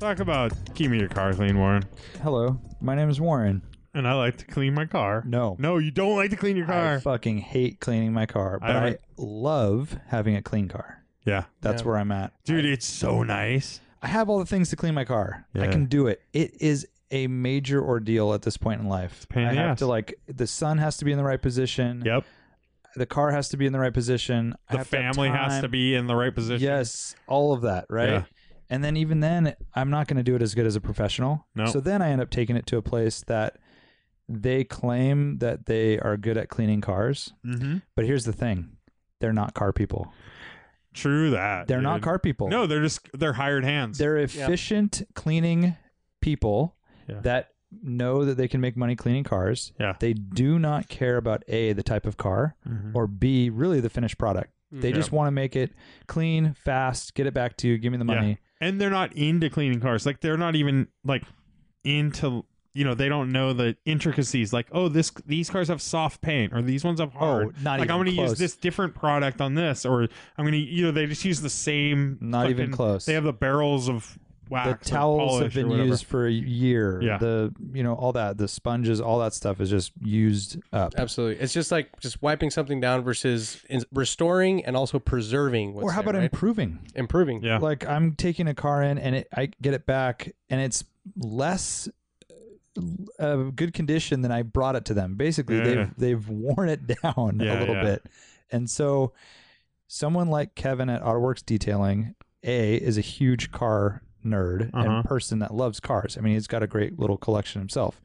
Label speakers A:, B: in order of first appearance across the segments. A: Talk about keeping your car clean, Warren.
B: Hello, my name is Warren.
A: And I like to clean my car.
B: No,
A: No, you don't like to clean your
B: I
A: car.
B: fucking hate cleaning my car,
A: I
B: but I,
A: haven't-
B: love having a clean car.
A: yeah.
B: That's where I'm at.
A: Dude, it's so nice.
B: I have all the things to clean my car. I
A: Yeah.
B: can do it. It is a major ordeal at this point in life.
A: pain in
B: I
A: the
B: have
A: ass.
B: to like the sun has to be in the right position.
A: Yep.
B: The car has to be in the right position. I
A: The
B: have to have
A: family has to
B: time.
A: be in the right position.
B: Yes, all of that, right?
A: Yeah.
B: And then even then, I'm not going to do it as good as a professional.
A: No.
B: So then I end up taking it to a place that they claim that they are good at cleaning cars,
A: Mm-hmm.
B: but here's the thing: they're not car people.
A: True that.
B: They're not
A: dude.
B: car people.
A: No, they're just they're hired hands.
B: they're efficient cleaning people
A: Yeah.
B: that know that they can make money cleaning cars.
A: Yeah.
B: They do not care about a the type of car
A: Mhm.
B: or b really the finished product. They
A: Yeah.
B: just want to make it clean, fast, get it back to you, give me the
A: Yeah.
B: money.
A: and they're not into cleaning cars. Like they're not even like into you know, they don't know the intricacies like, oh, this these cars have soft paint or these ones have hard.
B: Oh, not
A: like
B: even
A: I'm gonna use
B: close.
A: this different product on this or I'm gonna you know, they just use the same
B: Not even
A: fucking-
B: close.
A: They have the barrels of
B: the
A: wax. or
B: towels have
A: polish or
B: been
A: whatever.
B: used for a year.
A: Yeah.
B: The you know all that the sponges, all that stuff is just used up.
C: Absolutely. It's just like just wiping something down versus in- restoring and also preserving. What's
B: Or how
C: there,
B: about
C: right?
B: improving?
C: improving?
A: Yeah.
B: Like I'm taking a car in and it, I get it back and it's less uh, good condition than I brought it to them. Basically,
A: Yeah.
B: they've they've worn it down
A: Yeah,
B: a little
A: yeah.
B: bit, and so someone like Kevin at AutoWorks Detailing, a is a huge car nerd
A: Uh-huh.
B: and person that loves cars. I mean, he's got a great little collection himself,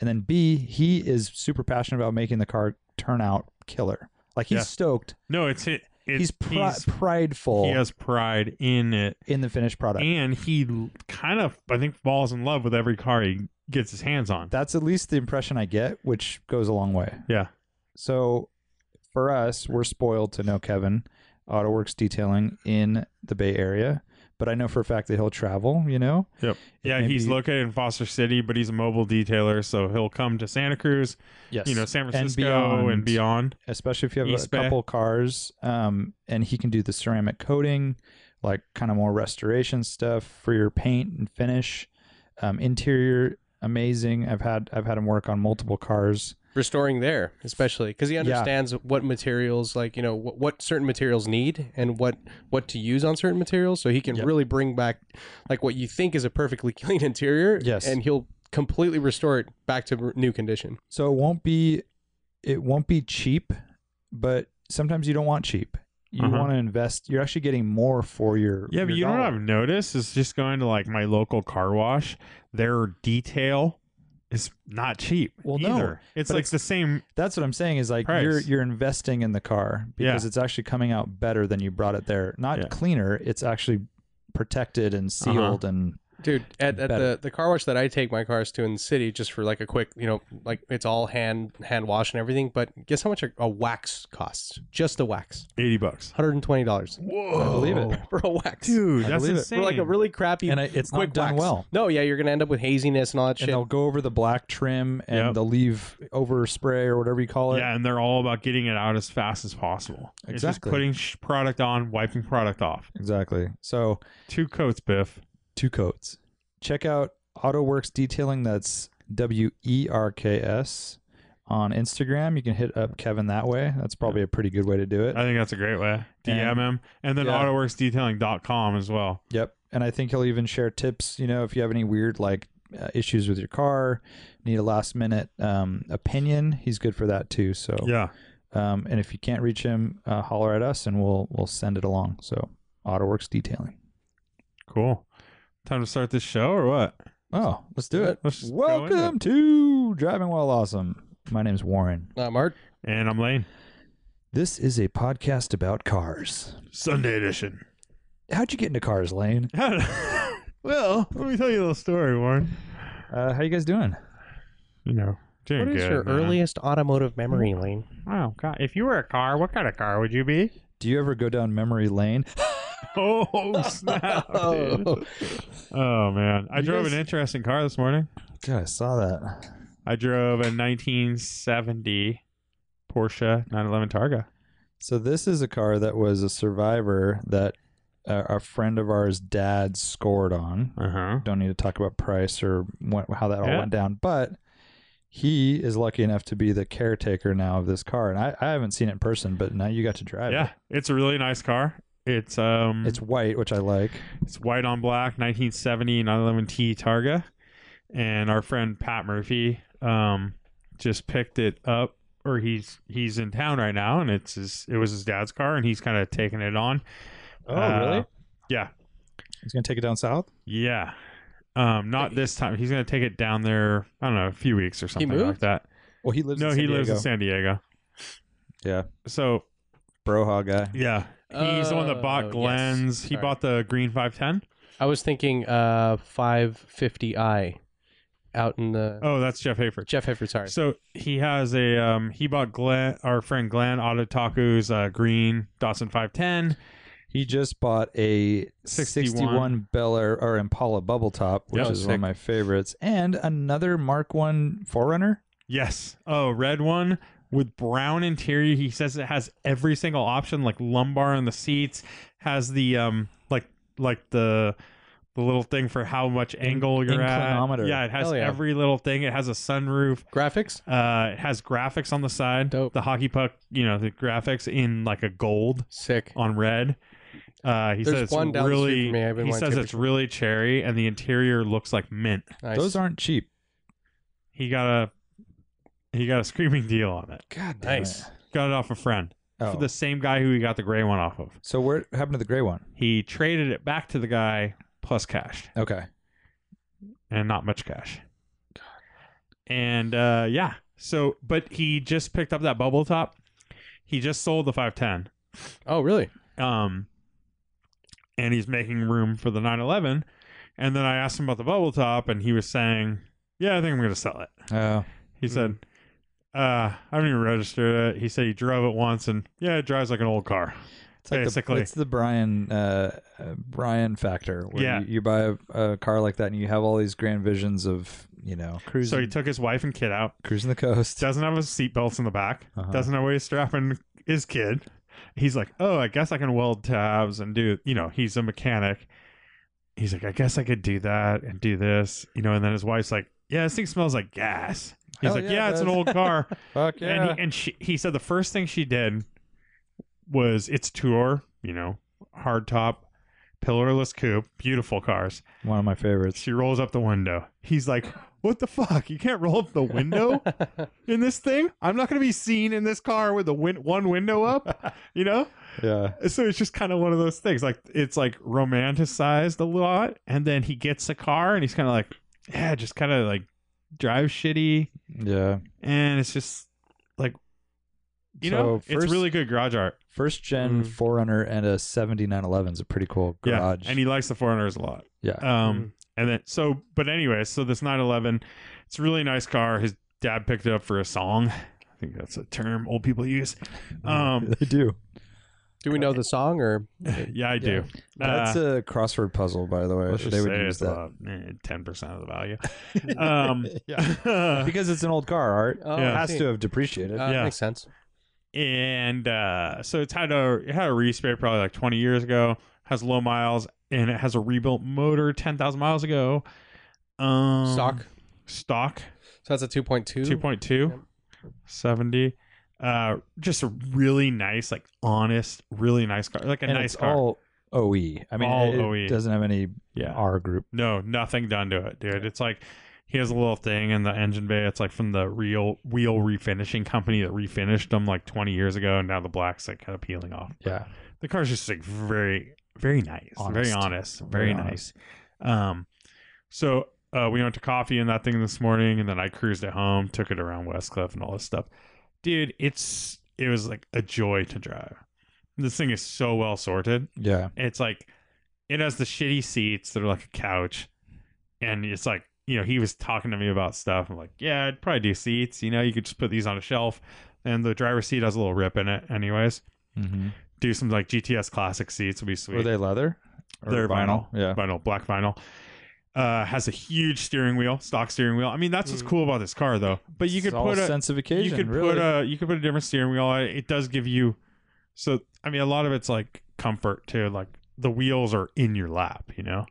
B: and then B he is super passionate about making the car turn out killer. Like he's
A: Yeah.
B: stoked,
A: No, it's it. It's,
B: he's, pri-
A: he's-
B: prideful
A: he has pride in it,
B: in the finished product.
A: and he l- kind of I think falls in love with every car he gets his hands on.
B: That's at least the impression I get, which goes a long way.
A: Yeah.
B: So for us, we're spoiled to know Kevin, AutoWorks Detailing in the Bay Area, but I know for a fact that he'll travel, you know?
A: Yep.
B: It
A: Yeah,
B: may
A: he's
B: be-
A: located in Foster City, but he's a mobile detailer, so he'll come to Santa Cruz,
B: Yes.
A: you know, San
B: And
A: Francisco
B: beyond.
A: and beyond.
B: Especially if you have
A: East
B: a
A: Bay.
B: couple cars, um, and he can do the ceramic coating, like kind of more restoration stuff for your paint and finish. Um, interior amazing. I've had I've had him work on multiple cars.
C: Restoring there, especially because he understands what materials, like you know, what, what certain materials need and what what to use on certain materials, so he can really bring back like what you think is a perfectly clean interior.
B: Yes.
C: and he'll completely restore it back to r- new condition.
B: So it won't be it won't be cheap, but sometimes you don't want cheap. You
A: Uh-huh.
B: want to invest. You're actually getting more for your
A: Yeah, but
B: your
A: you know what
B: dollar.
A: I've noticed is just going to like my local car wash, their detail is not cheap.
B: Well, no,
A: either. it's
B: but
A: like
B: it's-
A: the same.
B: That's what I'm saying is like
A: Price.
B: you're you're investing in the car because it's actually coming out better than you brought it there. Not
A: Yeah. Uh-huh.
B: cleaner. It's actually protected and sealed and
C: Dude, at, at
B: Better.
C: the, the car wash that I take my cars to in the city, just for like a quick, you know, like it's all hand hand wash and everything. But guess how much a, a wax costs? Just a wax,
A: 80 bucks.
C: one hundred and twenty dollars
A: Whoa.
B: I believe it.
C: for a wax,
A: Dude,
B: I
A: that's
B: believe it.
A: insane.
C: For like a really crappy
B: Oh. And I- it's not
C: quick
B: done
C: wax.
B: well.
C: No, yeah, you're gonna end up with haziness and all that
B: And
C: shit.
B: they'll go over the black trim and
A: Yep.
B: they'll leave over spray or whatever you call it.
A: yeah, and they're all about getting it out as fast as possible. It's just
B: Exactly.
A: putting sh- product on, wiping product off.
B: Exactly. So
A: Two coats, Biff.
B: two coats. Check out AutoWorks Detailing. That's W E R K S on Instagram. You can hit up Kevin that way. That's probably a pretty good way to do it.
A: I think that's a great way.
B: Yeah.
A: DM him. And then
B: Yeah.
A: autoworksdetailing.com as well.
B: Yep. And I think he'll even share tips. You know, if you have any weird like uh, issues with your car, need a last minute um, opinion, he's good for that too. So,
A: Yeah.
B: um, and if you can't reach him, uh, holler at us and we'll we'll send it along. So, AutoWorks Detailing.
A: Cool. Time to start this show or what?
B: Oh, let's do it.
A: Let's just go into it.
B: Welcome to Driving While Awesome. My name's Warren.
C: Not Mart.
A: And I'm Lane.
B: This is a podcast about cars.
A: Sunday edition.
B: How'd you get into cars, Lane?
A: I Well, let me tell you a little story, Warren.
B: Uh, how you guys doing?
A: You know, doing
C: What is
A: good,
C: your
A: man.
C: earliest automotive memory, Lane?
A: Oh God! If you were a car, what kind of car would you be?
B: Do you ever go down memory lane?
A: Oh snap! dude. Oh man, I drove an interesting car this morning.
B: God, I saw that.
A: I drove a 1970 Porsche 911 Targa.
B: So this is a car that was a survivor that uh, a friend of ours' dad scored on.
A: Uh huh.
B: Don't need to talk about price or what, how that all
A: Yeah.
B: went down, but he is lucky enough to be the caretaker now of this car, and I, I haven't seen it in person, but now you got to drive
A: Yeah, it's a really nice car. It's um,
B: it. It's white, which I like.
A: It's white on black, 1970 911T Targa, and our friend Pat Murphy um, just picked it up, or he's he's in town right now, and it's his it was his dad's car, and he's kind of taking it on.
B: Oh,
A: Uh,
B: really?
A: Yeah,
B: He's gonna take it down south.
A: yeah. Um, not this time. He's gonna take it down there. I don't know, a few weeks or something like
C: moved?
A: that.
B: Well, he lives.
A: no,
B: in
A: he
B: San
A: lives in
B: Diego.
A: San Diego.
B: Yeah.
A: So
B: Broha guy.
A: yeah, he's the one that
C: Oh,
A: bought
C: yes.
A: Glenn's. He
C: Sorry.
A: bought the green 510.
C: I was thinking uh 550i out in the
A: Oh, that's Jeff Hayford.
C: Jeff Hefford, sorry.
A: So he has a um he bought Glenn our friend Glenn Autotaku's uh green Datsun 510.
B: He just bought a
A: 61.
B: 61, Bel Air or Impala bubble top, which
A: Yeah,
B: is
A: sick.
B: one of my favorites, and another Mark One Forerunner.
A: Yes. Oh, red one with brown interior. He says it has every single option like lumbar in the seats, has the um like like the the little thing for how much angle you're at.
B: inclinometer.
A: Yeah, it has
C: Hell yeah.
A: every little thing. It has a sunroof.
C: Graphics?
A: Uh, it has graphics on the side.
C: Dope.
A: The hockey puck, you know, the graphics in like a gold.
C: Sick.
A: on red. Uh, he
C: There's
A: says it's
C: one down the street
A: really.
C: from me. I've been
A: he
C: wanting
A: says
C: to-
A: it's really cherry, and the interior looks like mint.
C: Nice.
B: Those aren't cheap.
A: He got a he got a screaming deal on it.
B: God, damn
C: nice.
B: it.
A: Got it off a friend,
B: Oh.
A: the same guy who he got the gray one off of.
B: so what happened to the gray one?
A: He traded it back to the guy plus cash,
B: Okay,
A: and not much cash. And uh, yeah, so but he just picked up that bubble top. He just sold the five ten.
C: Oh, really?
A: um, and he's making room for the 911. And then I asked him about the bubble top, and he was saying, "Yeah, I think I'm going to sell it."
B: uh,
A: He said, "Uh, I haven't even registered it." He said he drove it once, and yeah, it drives like an old car.
B: it's like
A: Basically.
B: the, it's the Brian uh, uh, Brian factor. Where
A: Yeah.
B: you, you buy a, a car like that and you have all these grand visions of you know cruising
A: So he took his wife and kid out.
B: cruising the coast.
A: Doesn't have his seatbelts in the back.
B: Uh-huh.
A: Doesn't know where he's strapping his kid. He's like, "Oh, I guess I can weld tabs and do." You know, he's a mechanic. He's like, "I guess I could do that and do this." You know, and then his wife's like, "Yeah, this thing smells like gas." He's
B: Hell
A: like,
B: yeah,
A: "Yeah,
B: it
A: it's an
B: does."
A: old car."
B: Fuck yeah!
A: And, he, and she, he said the first thing she did was it's tour, you know, hard top, pillarless coupe, beautiful cars.
B: one of my favorites.
A: She rolls up the window. He's like, "What the fuck? You can't roll up the window in this thing? I'm not going to be seen in this car with the win- one window up, you know?"
B: Yeah,
A: So it's just kind of one of those things. Like it's like romanticized a lot, and then he gets a car and he's kind of like, "Yeah, just kind of like drive shitty."
B: yeah.
A: and it's just like you
B: So
A: know it's
B: first-
A: really good garage art
B: First gen
C: Mm.
B: Forerunner and a 7911 is a pretty cool garage. Mm-hmm.
A: yeah and he likes the foreigners a lot
B: Yeah.
C: Hmm.
A: um and then so but anyway so this 911 it's a really nice car his dad picked it up for a song i think that's a term old people use um
B: they do.
C: Do we know the song or
A: yeah i do
B: That's
A: uh,
B: a crossword puzzle, by the way.
A: let's just
B: they would
A: say
B: use
A: it's
B: that
A: about eh, 10% of the value um
B: because it's an old car. Art
C: Oh,
A: Yeah.
B: It
C: I
B: has
C: see.
B: to have depreciated.
C: Uh,
A: yeah.
C: makes sense.
A: and uh, so it's had a it had a respray probably like 20 years ago. Has low miles and it has a rebuilt motor 10,000 miles ago. Um,
C: Stock.
A: stock
C: So that's a 2.2.
A: 2.2
C: Yep.
A: 70. Uh, just a really nice, like honest, really nice car, like a
B: and
A: nice
B: it's
A: car.
B: all OE. I mean,
A: All
B: it, it
A: OE.
B: doesn't have any
A: Yeah.
B: R group.
A: No, nothing done to it, dude. It's like he has a little thing in the engine bay. It's like from the real wheel refinishing company that refinished them like 20 years ago, and now the black's like kind of peeling off.
B: Yeah.
A: the car's just like very very nice very
B: Honest.
A: honest very,
B: Very
A: nice um so uh we went to coffee and that thing this morning and then i cruised it home took it around westcliff and all this stuff dude it's it was like a joy to drive this thing is so well sorted
B: Yeah.
A: it's like it has the shitty seats that are like a couch, and it's like you know he was talking to me about stuff. I'm like, yeah, I'd probably do seats. You know, you could just put these on a shelf, and the driver's seat has a little rip in it, anyways.
B: Mm-hmm.
A: Do some like GTS classic seats would be sweet.
B: Were they leather? Or
A: They're vinyl.
B: Yeah.
A: vinyl, black vinyl. Uh, has a huge steering wheel, stock steering wheel. I mean, that's what's
B: Hmm.
A: cool about this car, though. But you
B: It's
A: could
B: all
A: put a
B: sense of occasion.
A: you could
B: really.
A: put a you could put a different steering wheel. on It It does give you so I mean a lot of it's like comfort too. Like the wheels are in your lap, you know.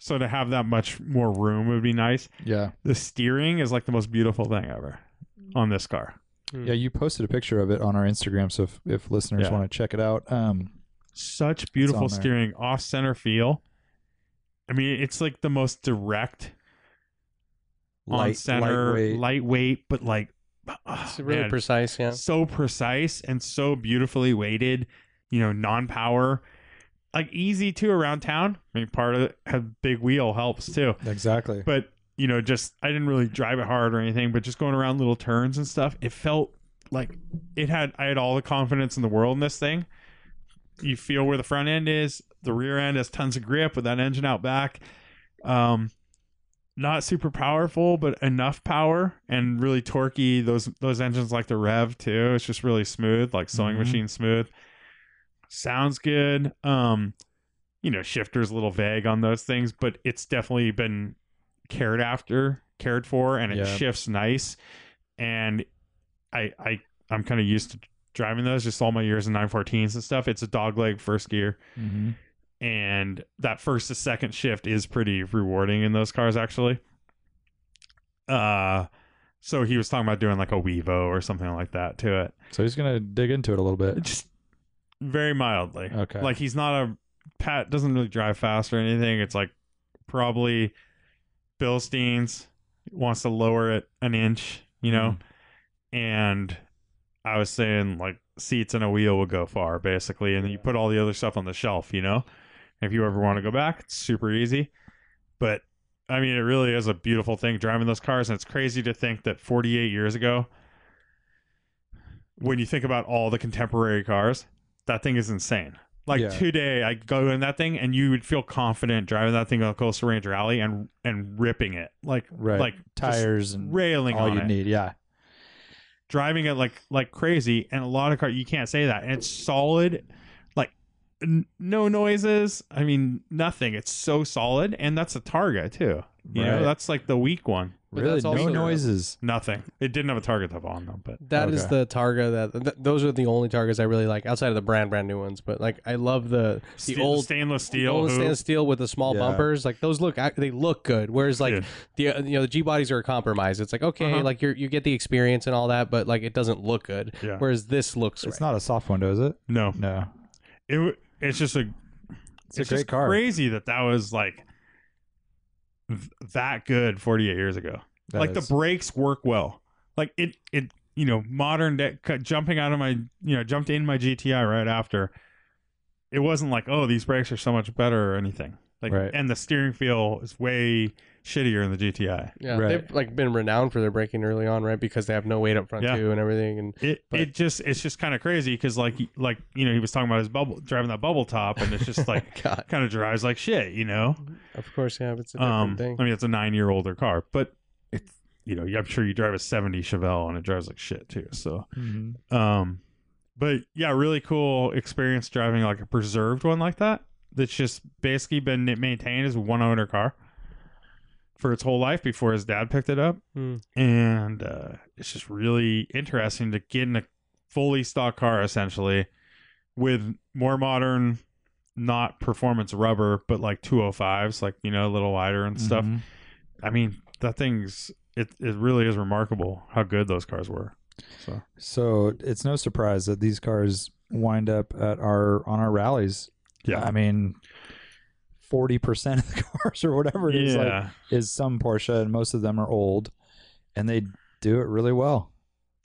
A: So to have that much more room would be nice.
B: yeah.
A: The steering is like the most beautiful thing ever on this car.
B: Yeah, you posted a picture of it on our Instagram, so if, if listeners
A: Yeah.
B: want to check it out, um,
A: Such beautiful
B: on there.
A: steering, off center feel. I mean, it's like the most direct on
B: light-
A: center,
B: lightweight.
A: lightweight. but like
C: It's
A: ah,
C: really
A: man,
C: precise. Yeah.
A: so precise and so beautifully weighted, you know, non power, like easy to around town. I mean, part of it, a big wheel helps too.
B: exactly.
A: But, you know, just I didn't really drive it hard or anything, but just going around little turns and stuff, it felt like it had, I had all the confidence in the world in this thing. You feel where the front end is, the rear end has tons of grip with that engine out back. Um, not super powerful, but enough power and really torquey. Those those engines like the Rev too. It's just really smooth, like sewing
B: Mhm.
A: machine smooth. Sounds good. Um, you know, shifter's a little vague on those things, but it's definitely been cared after, cared for, and it
B: Yeah.
A: shifts nice. And I I I'm kind of used to driving those just all my years in 914s and stuff. It's a dogleg first gear
B: hmm
A: and that first to second shift is pretty rewarding in those cars actually uh so he was talking about doing like a wevo or something like that to it
B: So he's gonna dig into it a little bit.
A: just very mildly
B: Okay.
A: like he's not a pat doesn't really drive fast or anything it's like probably bill steens wants to lower it an inch you know and i was saying like seats and a wheel will go far basically and then you put all the other stuff on the shelf you know if you ever want to go back it's super easy but i mean it really is a beautiful thing driving those cars and it's crazy to think that 48 years ago when you think about all the contemporary cars that thing is insane like
B: Yeah.
A: today i go in that thing and you would feel confident driving that thing on a coastal range rally and and ripping it like
B: right.
A: like just
B: tires and
A: railing
B: all
A: on
B: you
A: it
B: need. Yeah.
A: driving it like like crazy and a lot of car you can't say that and it's solid like n- no noises i mean nothing it's so solid and that's a target too you
B: Right.
A: know that's like the weak one
C: But
B: really,
C: that's
B: no
C: also-
B: noises.
A: nothing it didn't have a target top on them but
C: That is
B: Okay.
C: the Targa that th- those are the only Targas I really like outside of the brand brand new ones. But like I love the the
A: Ste-
C: old
A: stainless steel
C: old
A: hoop.
C: stainless steel with the small
B: Yeah.
C: bumpers. Like those look ac- they look good. Whereas like
A: Yeah.
C: the uh, you know the G bodies are a compromise. It's like okay,
A: Uh-huh.
C: like you you get the experience and all that, but like it doesn't look good.
A: Yeah.
C: Whereas this looks
B: It's
C: right.
B: not a soft window, is it?
A: no
B: No.
A: it w- it's just a
B: It's, a great
A: just
B: car.
A: crazy that that was like th- that good 48 years ago
B: That
A: like
B: is.
A: the brakes work well. Like it, it, you know, modern day, cu- jumping out of my, you know, jumped in my GTI right after. It wasn't like, oh, these brakes are so much better or anything. Like,
B: Right.
A: and the steering feel is way shittier in the GTI.
C: yeah,
B: right.
C: they've like been renowned for their braking early on, right? Because they have no weight up front
A: Yeah.
C: too and everything. And
A: It,
C: But-
A: it just, it's just kind of crazy because like, like you know, he was talking about his bubble driving that bubble top, and it's just like
C: God,
A: kind of drives like shit, you know.
C: of course, yeah, but it's a different
A: Um,
C: thing.
A: I mean, it's a nine-year older car, but it's you know, I'm sure you drive a '70 Chevelle and it drives like shit too. So.
B: Mhm.
A: Um, but yeah, really cool experience driving like a preserved one like that. That's just basically been maintained as a one owner car for its whole life before his dad picked it up,
C: Hmm.
A: and uh, it's just really interesting to get in a fully stock car essentially with more modern, not performance rubber, but like 205s, like you know, a little wider and stuff.
B: Mhm.
A: I mean, that thing's it. It really is remarkable how good those cars were. So
B: So it's no surprise that these cars wind up at our on our rallies.
A: yeah.
B: I mean, forty percent of the cars or whatever it is like,
A: yeah.
B: is some Porsche, and most of them are old, and they do it really well.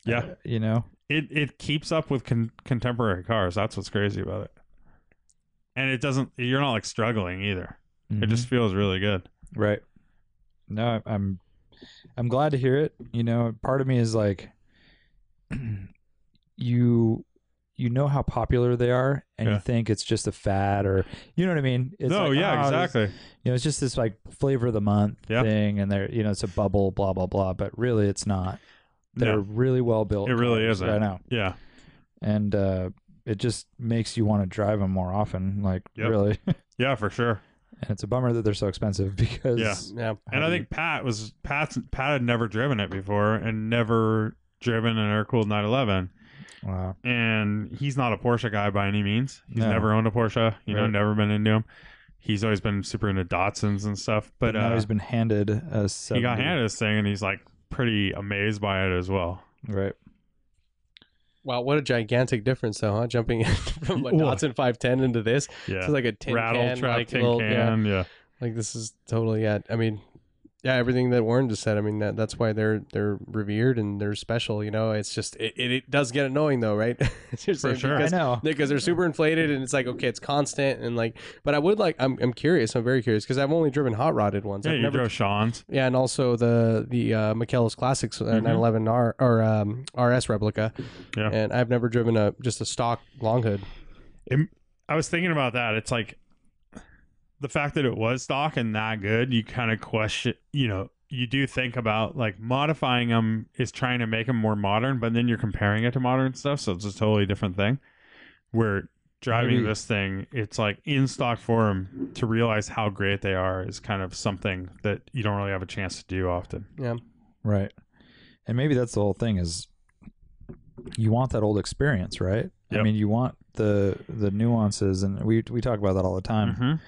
A: Yeah.
B: Uh, you know,
A: it it keeps up with con- contemporary cars. That's what's crazy about it. And it doesn't. You're not like struggling either. It just
B: Mm-hmm.
A: feels really good.
B: right. No, I- I'm I'm glad to hear it. You know, part of me is like, you you know how popular they are, and
A: Yeah.
B: you think it's just a fad, or you know what I mean? It's
A: no,
B: like, "Oh,
A: yeah,
B: this-
A: exactly.
B: You know, it's just this like flavor of the month
A: Yeah.
B: thing, and they're you know it's a bubble, blah blah blah. But really, it's not. They're
A: No,
B: really well built.
A: it really
B: cars.
A: isn't.
B: I know,
A: yeah,
B: and uh, it just makes you want to drive them more often. Like
A: Yep.
B: really,
A: yeah, for sure.
B: and it's a bummer that they're so expensive because
A: Yeah.
C: Yeah.
A: And I think Pat was Pat's Pat had never driven it before and never driven an air cooled 911.
B: Wow.
A: and he's not a Porsche guy by any means. He's
B: No.
A: never owned a Porsche, you know,
B: Right.
A: never been into him. He's always been super into Datsuns and stuff, but,
B: But now
A: uh,
B: he's been handed a. 70.
A: he got handed this thing and he's like pretty amazed by it as well.
B: right.
C: Wow, what a gigantic difference, though, huh? Jumping in from a
A: Well-
C: Datsun 510 into this
A: Yeah.
C: to like a tin
A: Rattle
C: can,
A: trap
C: like
A: tin
C: little, Yeah,
A: can, yeah.
C: like this is totally yeah. I mean, yeah, everything that Warren just said. I mean, that that's why they're they're revered and they're special. You know, it's just it, it, it does get annoying though, right? For
B: I
A: sure.
C: Because,
B: know.
C: because they're super inflated and it's like okay, it's constant and like. But I would like I'm I'm curious. I'm very curious because I've only driven hot rodded ones.
A: Yeah,
C: I've
A: you
C: never
A: drove Sean's.
C: yeah, and also the the uh, Michelis Classics uh, 911R or um, RS replica.
A: Mm-hmm. Yeah.
C: And I've never driven a just a stock long hood.
A: I was thinking about that. It's like the fact that it was stock and that good, you kind of question, you know, you do think about like modifying them is trying to make them more modern, but then you're comparing it to modern stuff. So it's a totally different thing. Where driving
C: Maybe-
A: this thing, it's like in stock form to realize how great they are is kind of something that you don't really have a chance to do often.
B: Right. And maybe that's the whole thing is you want that old experience, right? I
A: Yep.
B: mean, you want the the nuances and we we talk about that all the time.
A: Mhm.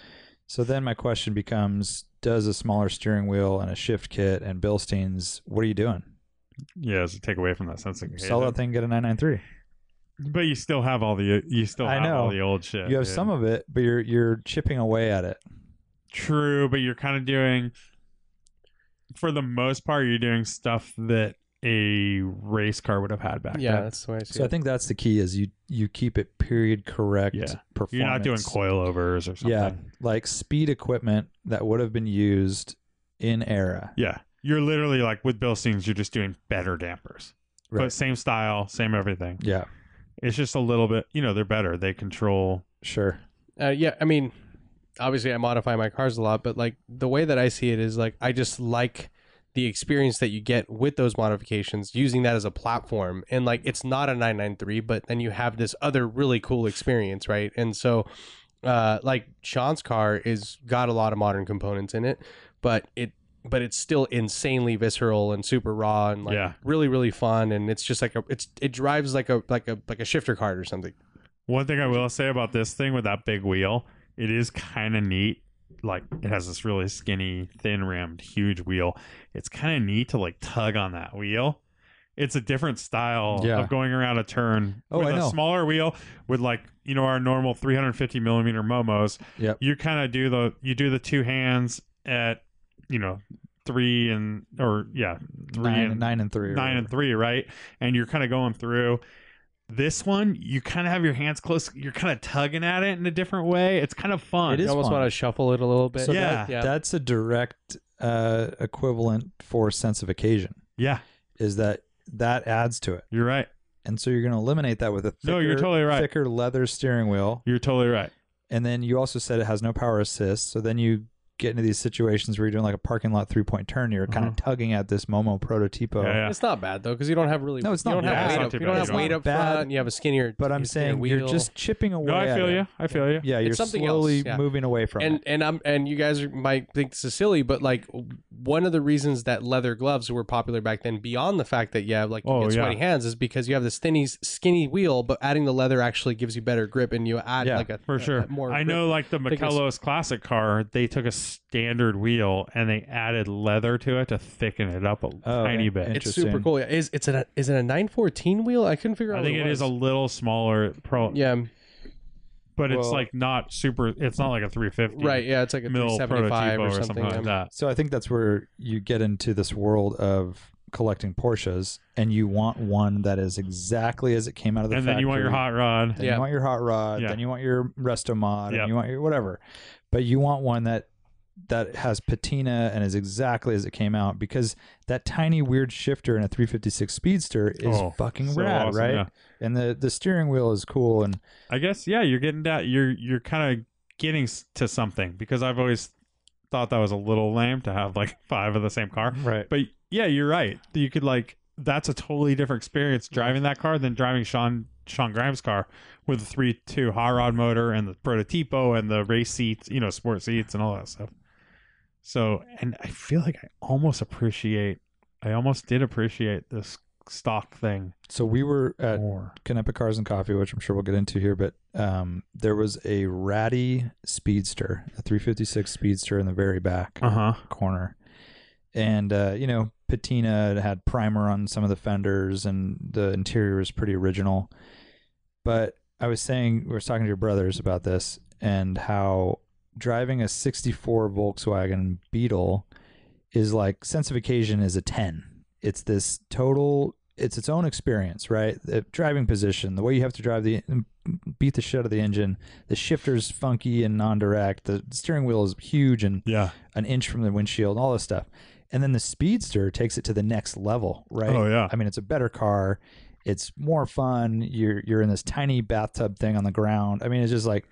B: So then my question becomes does a smaller steering wheel and a shift kit and Bilsteins, what are you doing?
A: Yeah, as a takeaway from that sense of
B: Sell that thing, get a 993.
A: But you still have all the you still
B: I
A: have all
B: know.
A: the old shit.
B: you have
A: dude.
B: some of it, but you're you're chipping away at it.
A: True, but you're kind of doing, for the most part, you're doing stuff that a race car would have had back
C: Yeah,
A: then.
C: that's the way I see
B: So I
C: it.
B: think that's the key is you you keep it period correct
A: Yeah.
B: performance.
A: You're not doing coilovers or something.
B: Yeah, like speed equipment that would have been used in era.
A: Yeah. You're literally like with Bilsteins, you're just doing better dampers. But
B: Right.
A: same style, same everything.
B: Yeah,
A: It's just a little bit, you know, they're better. They control.
B: sure.
C: Uh, yeah, I mean, obviously I modify my cars a lot, but like the way that I see it is like I just like the experience that you get with those modifications using that as a platform and like it's not a 993 but then you have this other really cool experience right and so uh like sean's car is got a lot of modern components in it but it but it's still insanely visceral and super raw and like
A: Yeah.
C: really really fun and it's just like a it's it drives like a like a like a shifter cart or something
A: One thing I will say about this thing with that big wheel, it is kind of neat. Like it has this really skinny, thin rimmed, huge wheel. It's kind of neat to like tug on that wheel. It's a different style
B: Yeah.
A: of going around a turn
B: Oh,
A: with
B: I
A: a
B: know.
A: smaller wheel with like you know our normal 350 millimeter momos.
B: Yep.
A: You kind of do the you do the two hands at you know three and or yeah three
B: nine,
A: and
B: nine and three. or
A: nine and
B: whatever.
A: three, right? And you're kind of going through. This one, you kind of have your hands close. You're kind of tugging at it in a different way. It's kind of fun.
B: It is
C: you almost
B: fun.
C: want to shuffle it a little bit
B: So
A: Yeah.
B: that- That's a direct uh, equivalent for sense of occasion.
A: Yeah,
B: Is that that adds to it,
A: you're right.
B: and so you're going to eliminate that with a thicker,
A: No, you're totally right.
B: thicker leather steering wheel,
A: You're totally right.
B: and then you also said it has no power assist. So then you get into these situations where you're doing like a parking lot three point turn. You're kind of tugging at this Momo prototypo.
A: Uh-huh. Yeah, yeah.
C: It's not bad though, because you don't have really.
B: No, it's
C: you
B: not
C: don't
B: bad.
C: Have
A: It's
C: weight
A: not
C: up,
A: too
C: you don't
A: bad.
C: have
A: It's
C: weight
B: not
C: up
B: bad.
C: front. You have a skinnier.
B: But I'm
C: a skinnier
B: saying you're
C: wheel.
B: just chipping away.
A: No, I
B: at
A: feel
B: it.
A: you. I feel you.
B: Yeah, you're
C: something
B: slowly
C: else, yeah.
B: moving away from
C: and
B: it.
C: and I'm and you guys are, might think this is silly, but like one of the reasons that leather gloves were popular back then, beyond the fact that you have like you
A: Oh,
C: get
A: yeah.
C: sweaty hands, is because you have this thinny, skinny wheel, but adding the leather actually gives you better grip, and you add
B: Yeah,
C: like a
A: For
C: a-
A: sure.
C: a more.
A: I
C: grip.
A: know, like the
C: thickness.
A: Mikelos classic car, they took a standard wheel and they added leather to it to thicken it up a tiny
B: yeah.
A: bit.
B: Oh, It-
C: it's super
B: Interesting.
C: cool. Yeah, Is it's a is it a 914 wheel? I couldn't figure out.
A: I
C: what
A: think it is a
C: was.
A: little smaller, pro,
C: Yeah.
A: but it's
B: Well-
A: like not super. It's not like a 350,
C: Right. Yeah. It's like a
A: Mill
C: 375
A: prototype
C: or something.
A: like
C: Um,
A: that.
B: So I think that's where you get into this world of collecting Porsches, and you want one that is exactly as it came out of the
A: And then you want your
B: factory.
A: hot rod.
B: Then
C: Yeah.
B: you want your hot rod.
A: Yeah.
B: Then you want your resto mod.
A: Yep.
B: And you want your whatever. But you want one that that has patina and is exactly as it came out because that tiny weird shifter in a 356 Speedster is
A: Oh,
B: fucking
A: so
B: rad,
A: awesome,
B: right?
A: yeah.
B: And the the steering wheel is cool and
A: I guess yeah, you're getting that. You're you're kind of getting s- to something because I've always thought that was a little lame to have like five of the same car.
B: right.
A: But yeah, you're right. You could like that's a totally different experience driving that car than driving Sean Sean Grimes' car with the three two high rod motor and the prototipo and the race seats, you know, sport seats and all that stuff. So and I feel like I almost appreciate I almost did appreciate this stock thing
B: So we were at
A: more.
B: Canepa Cars and Coffee, which I'm sure we'll get into here, but um, there was a ratty speedster, a 356 speedster in the very back
A: Uh-huh.
B: corner. And, uh, you know, patina it had primer on some of the fenders and the interior was pretty original. But I was saying, we were talking to your brothers about this and how driving a 64 Volkswagen Beetle is like sense of occasion is a 10. It's this total, it's its own experience, right? The driving position, the way you have to drive the, mm, beat the shit out of the engine. The shifter's funky and non direct. The steering wheel is huge and
A: Yeah.
B: an inch from the windshield, all this stuff. And then the Speedster takes it to the next level, right?
A: Oh, yeah.
B: I mean, it's a better car. It's more fun. You're you're in this tiny bathtub thing on the ground. I mean, it's just like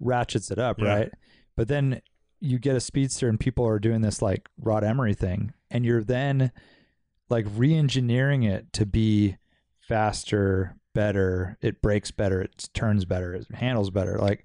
B: ratchets it up,
A: Yeah.
B: right? But then you get a Speedster and people are doing this like Rod Emery thing, and you're then like re-engineering it to be faster, better. It brakes better. It turns better. It handles better. Like,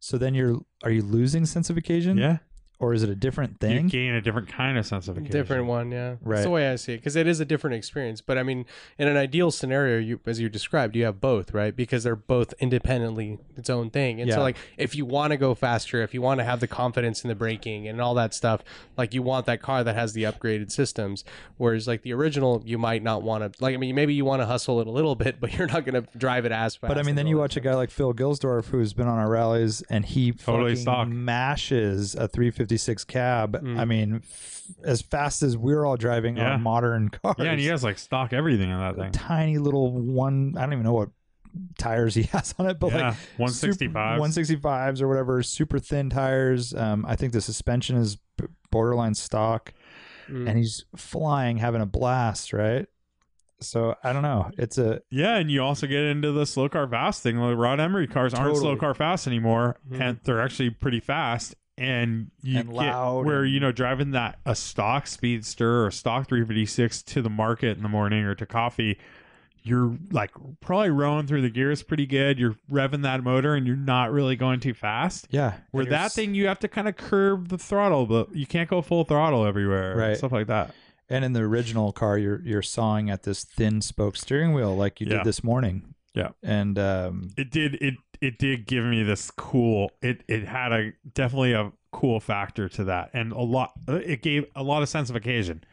B: so then you're are you losing sense of occasion?
A: Yeah.
B: or is it a different
A: You
B: thing?
A: gain a different kind of sense of occasion.
C: Different one, yeah.
B: Right.
C: That's the way I see it because it is a different experience. But I mean, in an ideal scenario, you as you described, you have both, right? Because they're both independently its own thing. And
B: Yeah.
C: so, like, if you want to go faster, if you want to have the confidence in the braking and all that stuff, like, you want that car that has the upgraded systems. Whereas, like, the original, you might not want to. Like, I mean, maybe you want to hustle it a little bit, but you're not going to drive it as fast.
B: but I mean,
C: and
B: then
C: all
B: you
C: that
B: watch a
C: stuff.
B: guy like Phil Gilsdorf, who's been on our rallies, and he
A: Totally
B: fucking
A: stock.
B: mashes a 356 cab. I mean, f- as fast as we're all driving
A: Mm. Yeah.
B: our modern cars.
A: Yeah, and you guys like stock everything in that thing.
B: tiny little one. I don't even know what tires he has on it, but
A: yeah,
B: like
A: one sixty five.
B: 165s or whatever, super thin tires. Um, I think the suspension is b- borderline stock,
C: Mm.
B: and he's flying, having a blast, right? So I don't know. It's a
A: Yeah, and you also get into the slow car fast thing. Like Rod Emery cars aren't
B: Totally.
A: slow
B: Mm-hmm.
A: car fast anymore,
C: Mhm.
A: and they're actually pretty fast. And you
B: And
A: get
B: loud
A: where
B: and-
A: you know driving that a stock speedster or stock 356 to the market in the morning or to coffee, you're like probably rowing through the gears pretty good. You're revving that motor, and you're not really going too fast.
B: yeah.
A: Where
B: and you're
A: that
B: s-
A: thing you have to kind of curve the throttle, but you can't go full throttle everywhere, and
B: Right.
A: Stuff like that.
B: And in the original car, you're you're sawing at this thin spoke steering wheel like you
A: Yeah.
B: did this morning.
A: Yeah.
B: And um,
A: it did it it did give me this cool it it had a definitely a cool factor to that and a lot it gave a lot of sense of occasion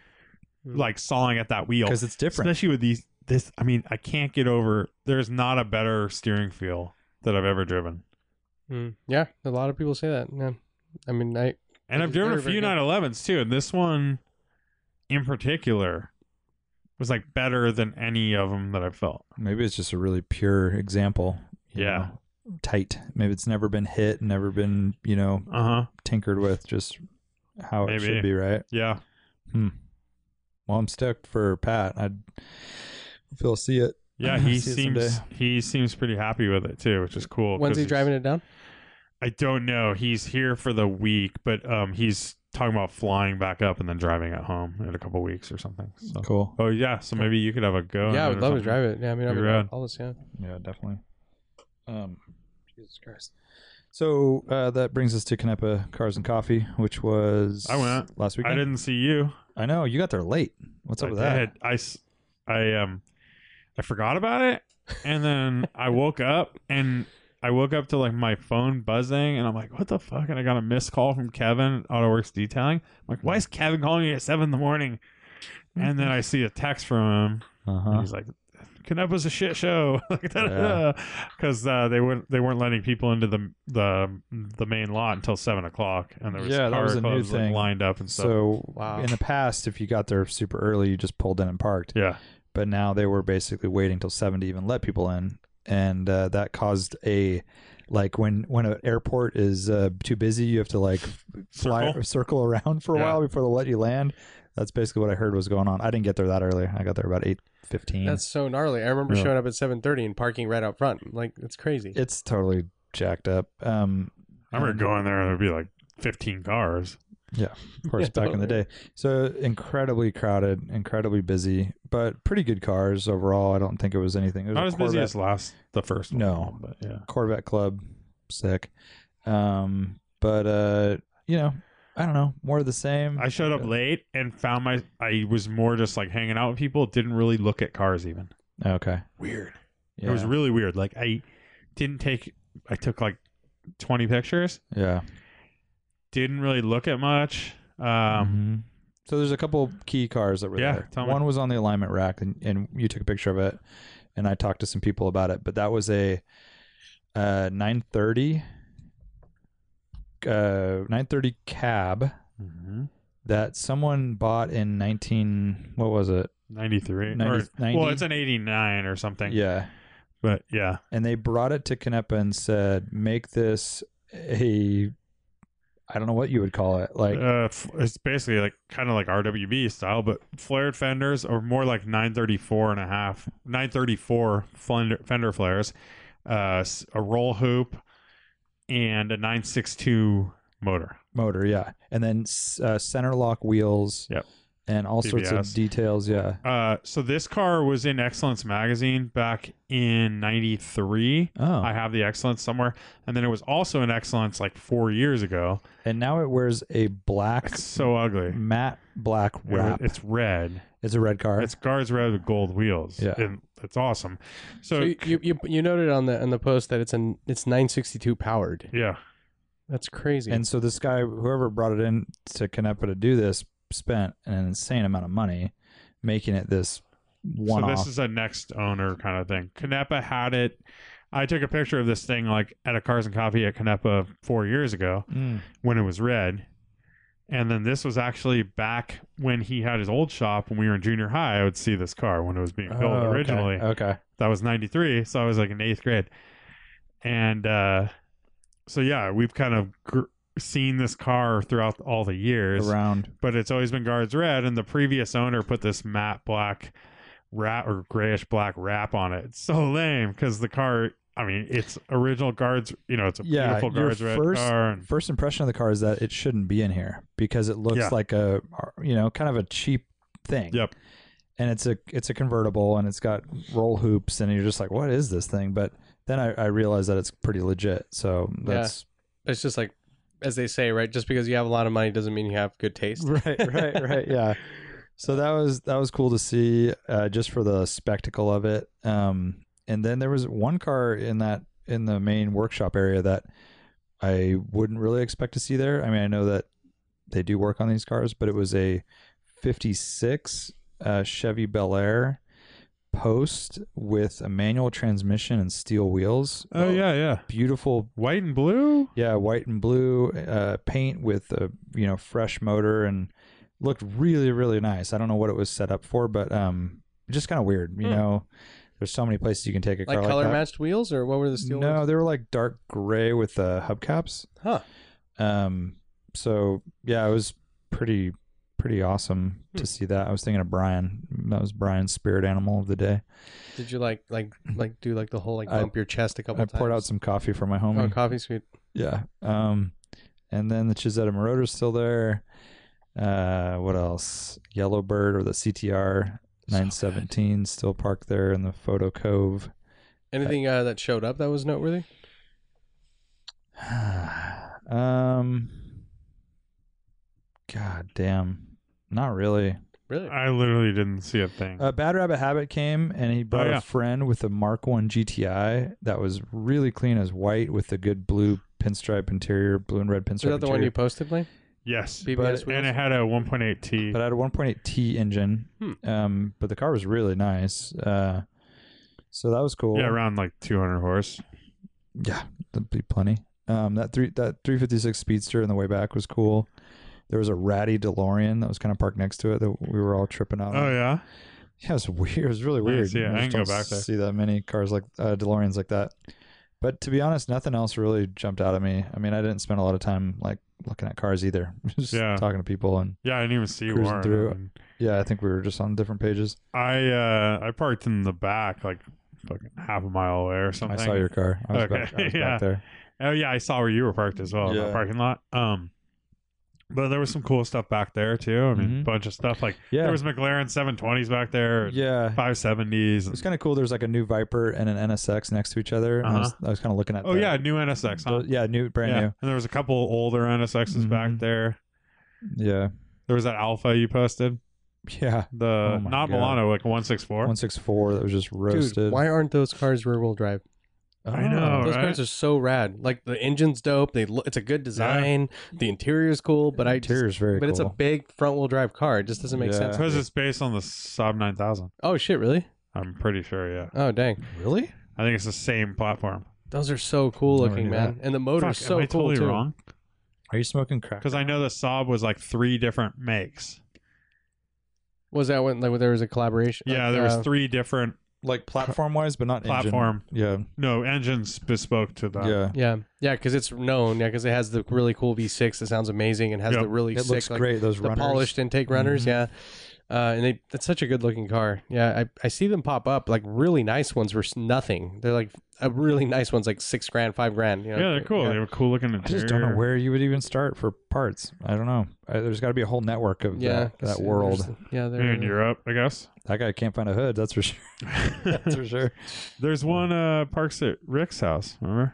A: like sawing at that wheel
B: because it's different.
A: especially with these this i mean i can't get over there's not a better steering feel that i've ever driven
C: Mm. Yeah, a lot of people say that. Yeah. I mean, I
A: and i've
C: They're
A: driven a
C: very
A: few
C: good.
A: 911s too and this one in particular was like better than any of them that i felt
B: Maybe it's just a really pure example. you
A: Yeah.
B: know, tight. Maybe it's never been hit, never been you know
A: uh-huh
B: tinkered with. Just how it
A: Maybe.
B: should be, right?
A: yeah
B: Well, I'm stoked for Pat. I'd if he'll see it.
A: yeah he
B: See it someday.
A: seems he seems pretty happy with it too which is cool
C: when's
A: 'cause
C: he
A: he's-
C: driving it down?
A: I don't know. He's here for the week, but um, he's talking about flying back up and then driving at home in a couple weeks or something. So.
B: Cool.
A: Oh yeah, so maybe you could have a go.
C: yeah, I
A: at it
C: would love
A: or
C: to
A: something.
C: drive it. Yeah, I mean, I
A: Be
C: would
A: rad.
C: all this. Yeah.
B: Yeah, definitely. Um, Jesus Christ. So uh, that brings us to Canepa Cars and Coffee, which was
A: I went.
B: last weekend.
A: I didn't see you.
B: I know you got there late. What's up
A: I
B: with that?
A: did. I s- I, um I forgot about it, and then I woke up and I woke up to like my phone buzzing, and I'm like, what the fuck? And I got a missed call from Kevin at AutoWorks Detailing. I'm like, why is Kevin calling me at seven in the morning? And then I see a text from him. And
B: Uh-huh.
A: he's like, Canepa's a shit show
B: Yeah.
A: because uh, they weren't they weren't letting people into the the the main lot until seven o'clock, and there was
B: Yeah, that
A: car
B: was a new
A: clubs, like,
B: thing.
A: lined up and stuff.
B: So
C: Wow.
B: in the past, if you got there super early, you just pulled in and parked.
A: yeah,
B: But now they were basically waiting till seven to even let people in, and uh, that caused a like when when an airport is uh, too busy, you have to like fly
A: Circle?
B: circle around for a
A: Yeah.
B: while before they'll let you land. That's basically what I heard was going on. I didn't get there that early. I got there about eight fifteen.
C: That's so gnarly. I remember
B: Mm. Yeah.
C: showing up at 7:30 and parking right out front. Like it's crazy.
B: it's totally jacked up. Um,
A: I remember going there and there'd be like 15 cars.
B: of course,
C: Yeah,
B: back in the day. So incredibly crowded, incredibly busy, but pretty good cars overall. I don't think it was anything. It was
A: Not
B: a
A: as busy
B: Corvette.
A: as last, the first one.
B: No.
A: but yeah.
B: Corvette Club, sick. Um, but uh, you know, I don't know, more of the same.
A: I showed up late and found my, I was more just like hanging out with people, didn't really look at cars even.
B: Okay,
A: Weird.
B: yeah.
A: It was really weird. Like I didn't take, I took like 20 pictures,
B: yeah.
A: didn't really look at much. Um,
B: Mhm. So there's a couple key cars that were
A: Yeah,
B: there.
A: tell me.
B: One was on the alignment rack, and, and you took a picture of it, and I talked to some people about it. But that was a uh, 930, uh, 930 cab
A: mhm.
B: that someone bought in 19. What was it?
A: 93.
B: 90
A: or, well,
B: 90?
A: it's an 89 or something.
B: Yeah,
A: But yeah.
B: and they brought it to Canepa and said, "Make this a, I don't know what you would call it, like
A: uh, f- it's basically like kind of like RWB style, but flared fenders or more like 934 and a half, 934 fender, fender flares, uh, s- a roll hoop, and a 962 motor.
B: motor, yeah, and then s- uh, center lock wheels,
A: Yep.
B: and all sorts of
A: TBS.
B: details, yeah,
A: Uh, so this car was in Excellence magazine back in 93.
B: oh,
A: I have the Excellence somewhere. And then it was also in Excellence like four years ago.
B: and now it wears a black,
A: It's so ugly.
B: matte black
A: It-
B: wrap.
A: It's red.
B: it's a red car.
A: It's guards red with gold wheels.
B: Yeah.
A: And it's awesome.
C: So
A: So,
C: you, you you you noted on the on the post that it's an it's 962 powered.
A: yeah.
C: That's crazy.
B: And so this guy, whoever brought it in to Canepa to do this, spent an insane amount of money making it this one
A: so
B: off.
A: this is a next owner kind of thing. Canepa had it. I took a picture of this thing like at a Cars and Coffee at Canepa four years ago
B: Mm.
A: when it was red. And then this was actually back when he had his old shop when we were in junior high. I would see this car when it was being built
B: Oh, okay,
A: originally.
B: Okay.
A: That was 93. So I was like in eighth grade. And uh, so, yeah, we've kind of gr- seen this car throughout all the years
B: Around.
A: but it's always been guards red and the previous owner put this matte black wrap or grayish black wrap on it it's so lame because the car i mean it's original guards you know it's a
B: Yeah,
A: beautiful
B: your
A: guards red
B: first-
A: car and
B: first impression of the car is that it shouldn't be in here because it looks
A: Yeah.
B: like a uh, you know kind of a cheap thing.
A: Yep.
B: And it's a it's a convertible and it's got roll hoops and you're just like what is this thing? But then I, I realized that it's pretty legit. So that's
C: it's just like as they say, right? Just because you have a lot of money doesn't mean you have good taste.
B: right, right, right. Yeah. So that was that was cool to see uh, just for the spectacle of it. Um, and then there was one car in that in the main workshop area that I wouldn't really expect to see there. I mean, I know that they do work on these cars, but it was a 56 uh, Chevy Bel Air post with a manual transmission and steel wheels.
A: oh yeah yeah
B: Beautiful
A: white and blue
B: yeah, white and blue uh, paint with a you know fresh motor and looked really really nice. I don't know what it was set up for, but um, just kind of weird. You
C: Hmm.
B: know, there's so many places you can take a
C: Like
B: car
C: color
B: like that.
C: matched wheels or what were the steel?
B: no,
C: wheels?
B: they were like dark gray with uh, hubcaps.
C: Huh.
B: Um, so yeah, it was pretty pretty awesome to
C: Hmm.
B: see that. I was thinking of Brian. That was Brian's spirit animal of the day.
C: Did you like like like do like the whole like
B: I-
C: bump your chest a couple
B: I
C: times?
B: poured out some coffee for my homie.
C: oh, coffee sweet.
B: Yeah. Um, and then the Chisetta Marauder's still there. Uh, what else? Yellowbird or the CTR 917 still parked there in the photo cove.
C: Anything uh, that showed up that was noteworthy?
B: um, God damn. Not really.
C: Really?
A: i literally didn't see a thing
B: Uh, Bad Rabbit Habit came and he
C: Oh,
B: brought
A: yeah.
B: a friend with a Mark One GTI that was really clean as white with the good blue pinstripe interior, blue and red pinstripe.
C: Is that the one
B: interior.
C: you posted, Blaine?
A: yes
B: But-
C: BBS wheels.
A: and it had a 1.8t
B: but I had a 1.8 T engine.
C: Hmm.
B: Um, but the car was really nice. Uh, so that was cool.
A: yeah around like 200 horse
B: Yeah, that'd be plenty. Um, that three that 356 Speedster in the way back was cool. There was a ratty DeLorean that was kind of parked next to it that we were all tripping out.
A: oh
B: on.
A: yeah
B: yeah, it was weird. It was really weird.
A: Nice, yeah, I
B: just
A: can go
B: don't
A: back there.
B: See that many cars like uh, DeLoreans like that. But to be honest, nothing else really jumped out at me. I mean, I didn't spend a lot of time like looking at cars either. just
A: Yeah.
B: talking to people and
A: Yeah, I didn't even see
B: Cruising
A: Warren.
B: through.
A: I, mean,
B: yeah, I think we were just on different pages.
A: I, uh, I parked in the back, like fucking half a mile away or something.
B: I saw your car. I was, back, I
A: Okay,
B: was
A: yeah.
B: back there.
A: Oh yeah, I saw where you were parked as well in the
B: Yeah.
A: parking lot. Um, but there was some cool stuff back there too. I mean, a
B: Mhm.
A: bunch of stuff like
B: Yeah.
A: there was McLaren 720s back there,
B: yeah.
A: 570s.
B: It was kind of cool. There's like a new Viper and an NSX next to each other. And I was, I was kind of looking at.
A: oh
B: the-
A: yeah, new NSX. Huh?
B: the- yeah, new, brand
A: yeah, and there was a couple older NSXs back
B: Mhm.
A: there.
B: new. Yeah,
A: There was that Alpha you posted,
B: yeah.
A: the
B: Oh my
A: not
B: God.
A: Milano, like 164.
B: One six four that was just roasted.
C: Dude, why Oh. aren't those cars rear wheel drive?
A: I know.
C: Those
A: right?
C: cars are so rad. Like the engine's dope. They look, it's a good design. The interior's cool, but I just-
B: Interior's very
C: but it's a
B: cool.
C: big front wheel drive car. It just doesn't make
B: Yeah.
C: sense.
A: because it's based on the Saab 9000.
C: Oh shit, really?
A: I'm pretty sure. Yeah,
C: Oh dang.
B: really.
A: I think it's the same platform.
C: Those are so cool
B: Never
C: looking,
B: knew
C: man. And the
A: Fuck,
C: motor's so
A: am I
C: cool
A: totally
C: too.
A: wrong?
B: Are you smoking crack?
A: Because I know the Saab was like three different makes.
C: Was that when like when there was a collaboration?
A: Yeah,
C: Like,
A: there was
C: uh,
A: three different
B: Like platform wise, but not engine.
A: platform.
B: Yeah,
A: No, engines bespoke to that.
B: yeah.
C: Yeah, yeah, because it's known. Yeah, because it has the really cool V6 that sounds amazing and has
A: Yep.
C: the really
B: It
C: sick,
B: looks
C: like,
B: great. Those
C: the
B: runners.
C: polished intake runners.
A: Mm-hmm.
B: Mhm.
C: Yeah, uh, and they, that's such a good looking car. Yeah, I, I see them pop up like really nice ones were s- nothing. They're like a really nice ones like six grand, five grand. You know?
A: Yeah, they're cool. They were cool looking interior.
B: I just don't know where you would even start for parts. I don't know. I, there's got to be a whole network of
C: Yeah,
B: that,
C: 'cause
B: that world.
C: there's- Yeah, they're,
A: Maybe in Europe, I guess.
B: That guy can't find a hood. That's for sure. That's for sure.
A: There's one uh parks at Rick's house, remember?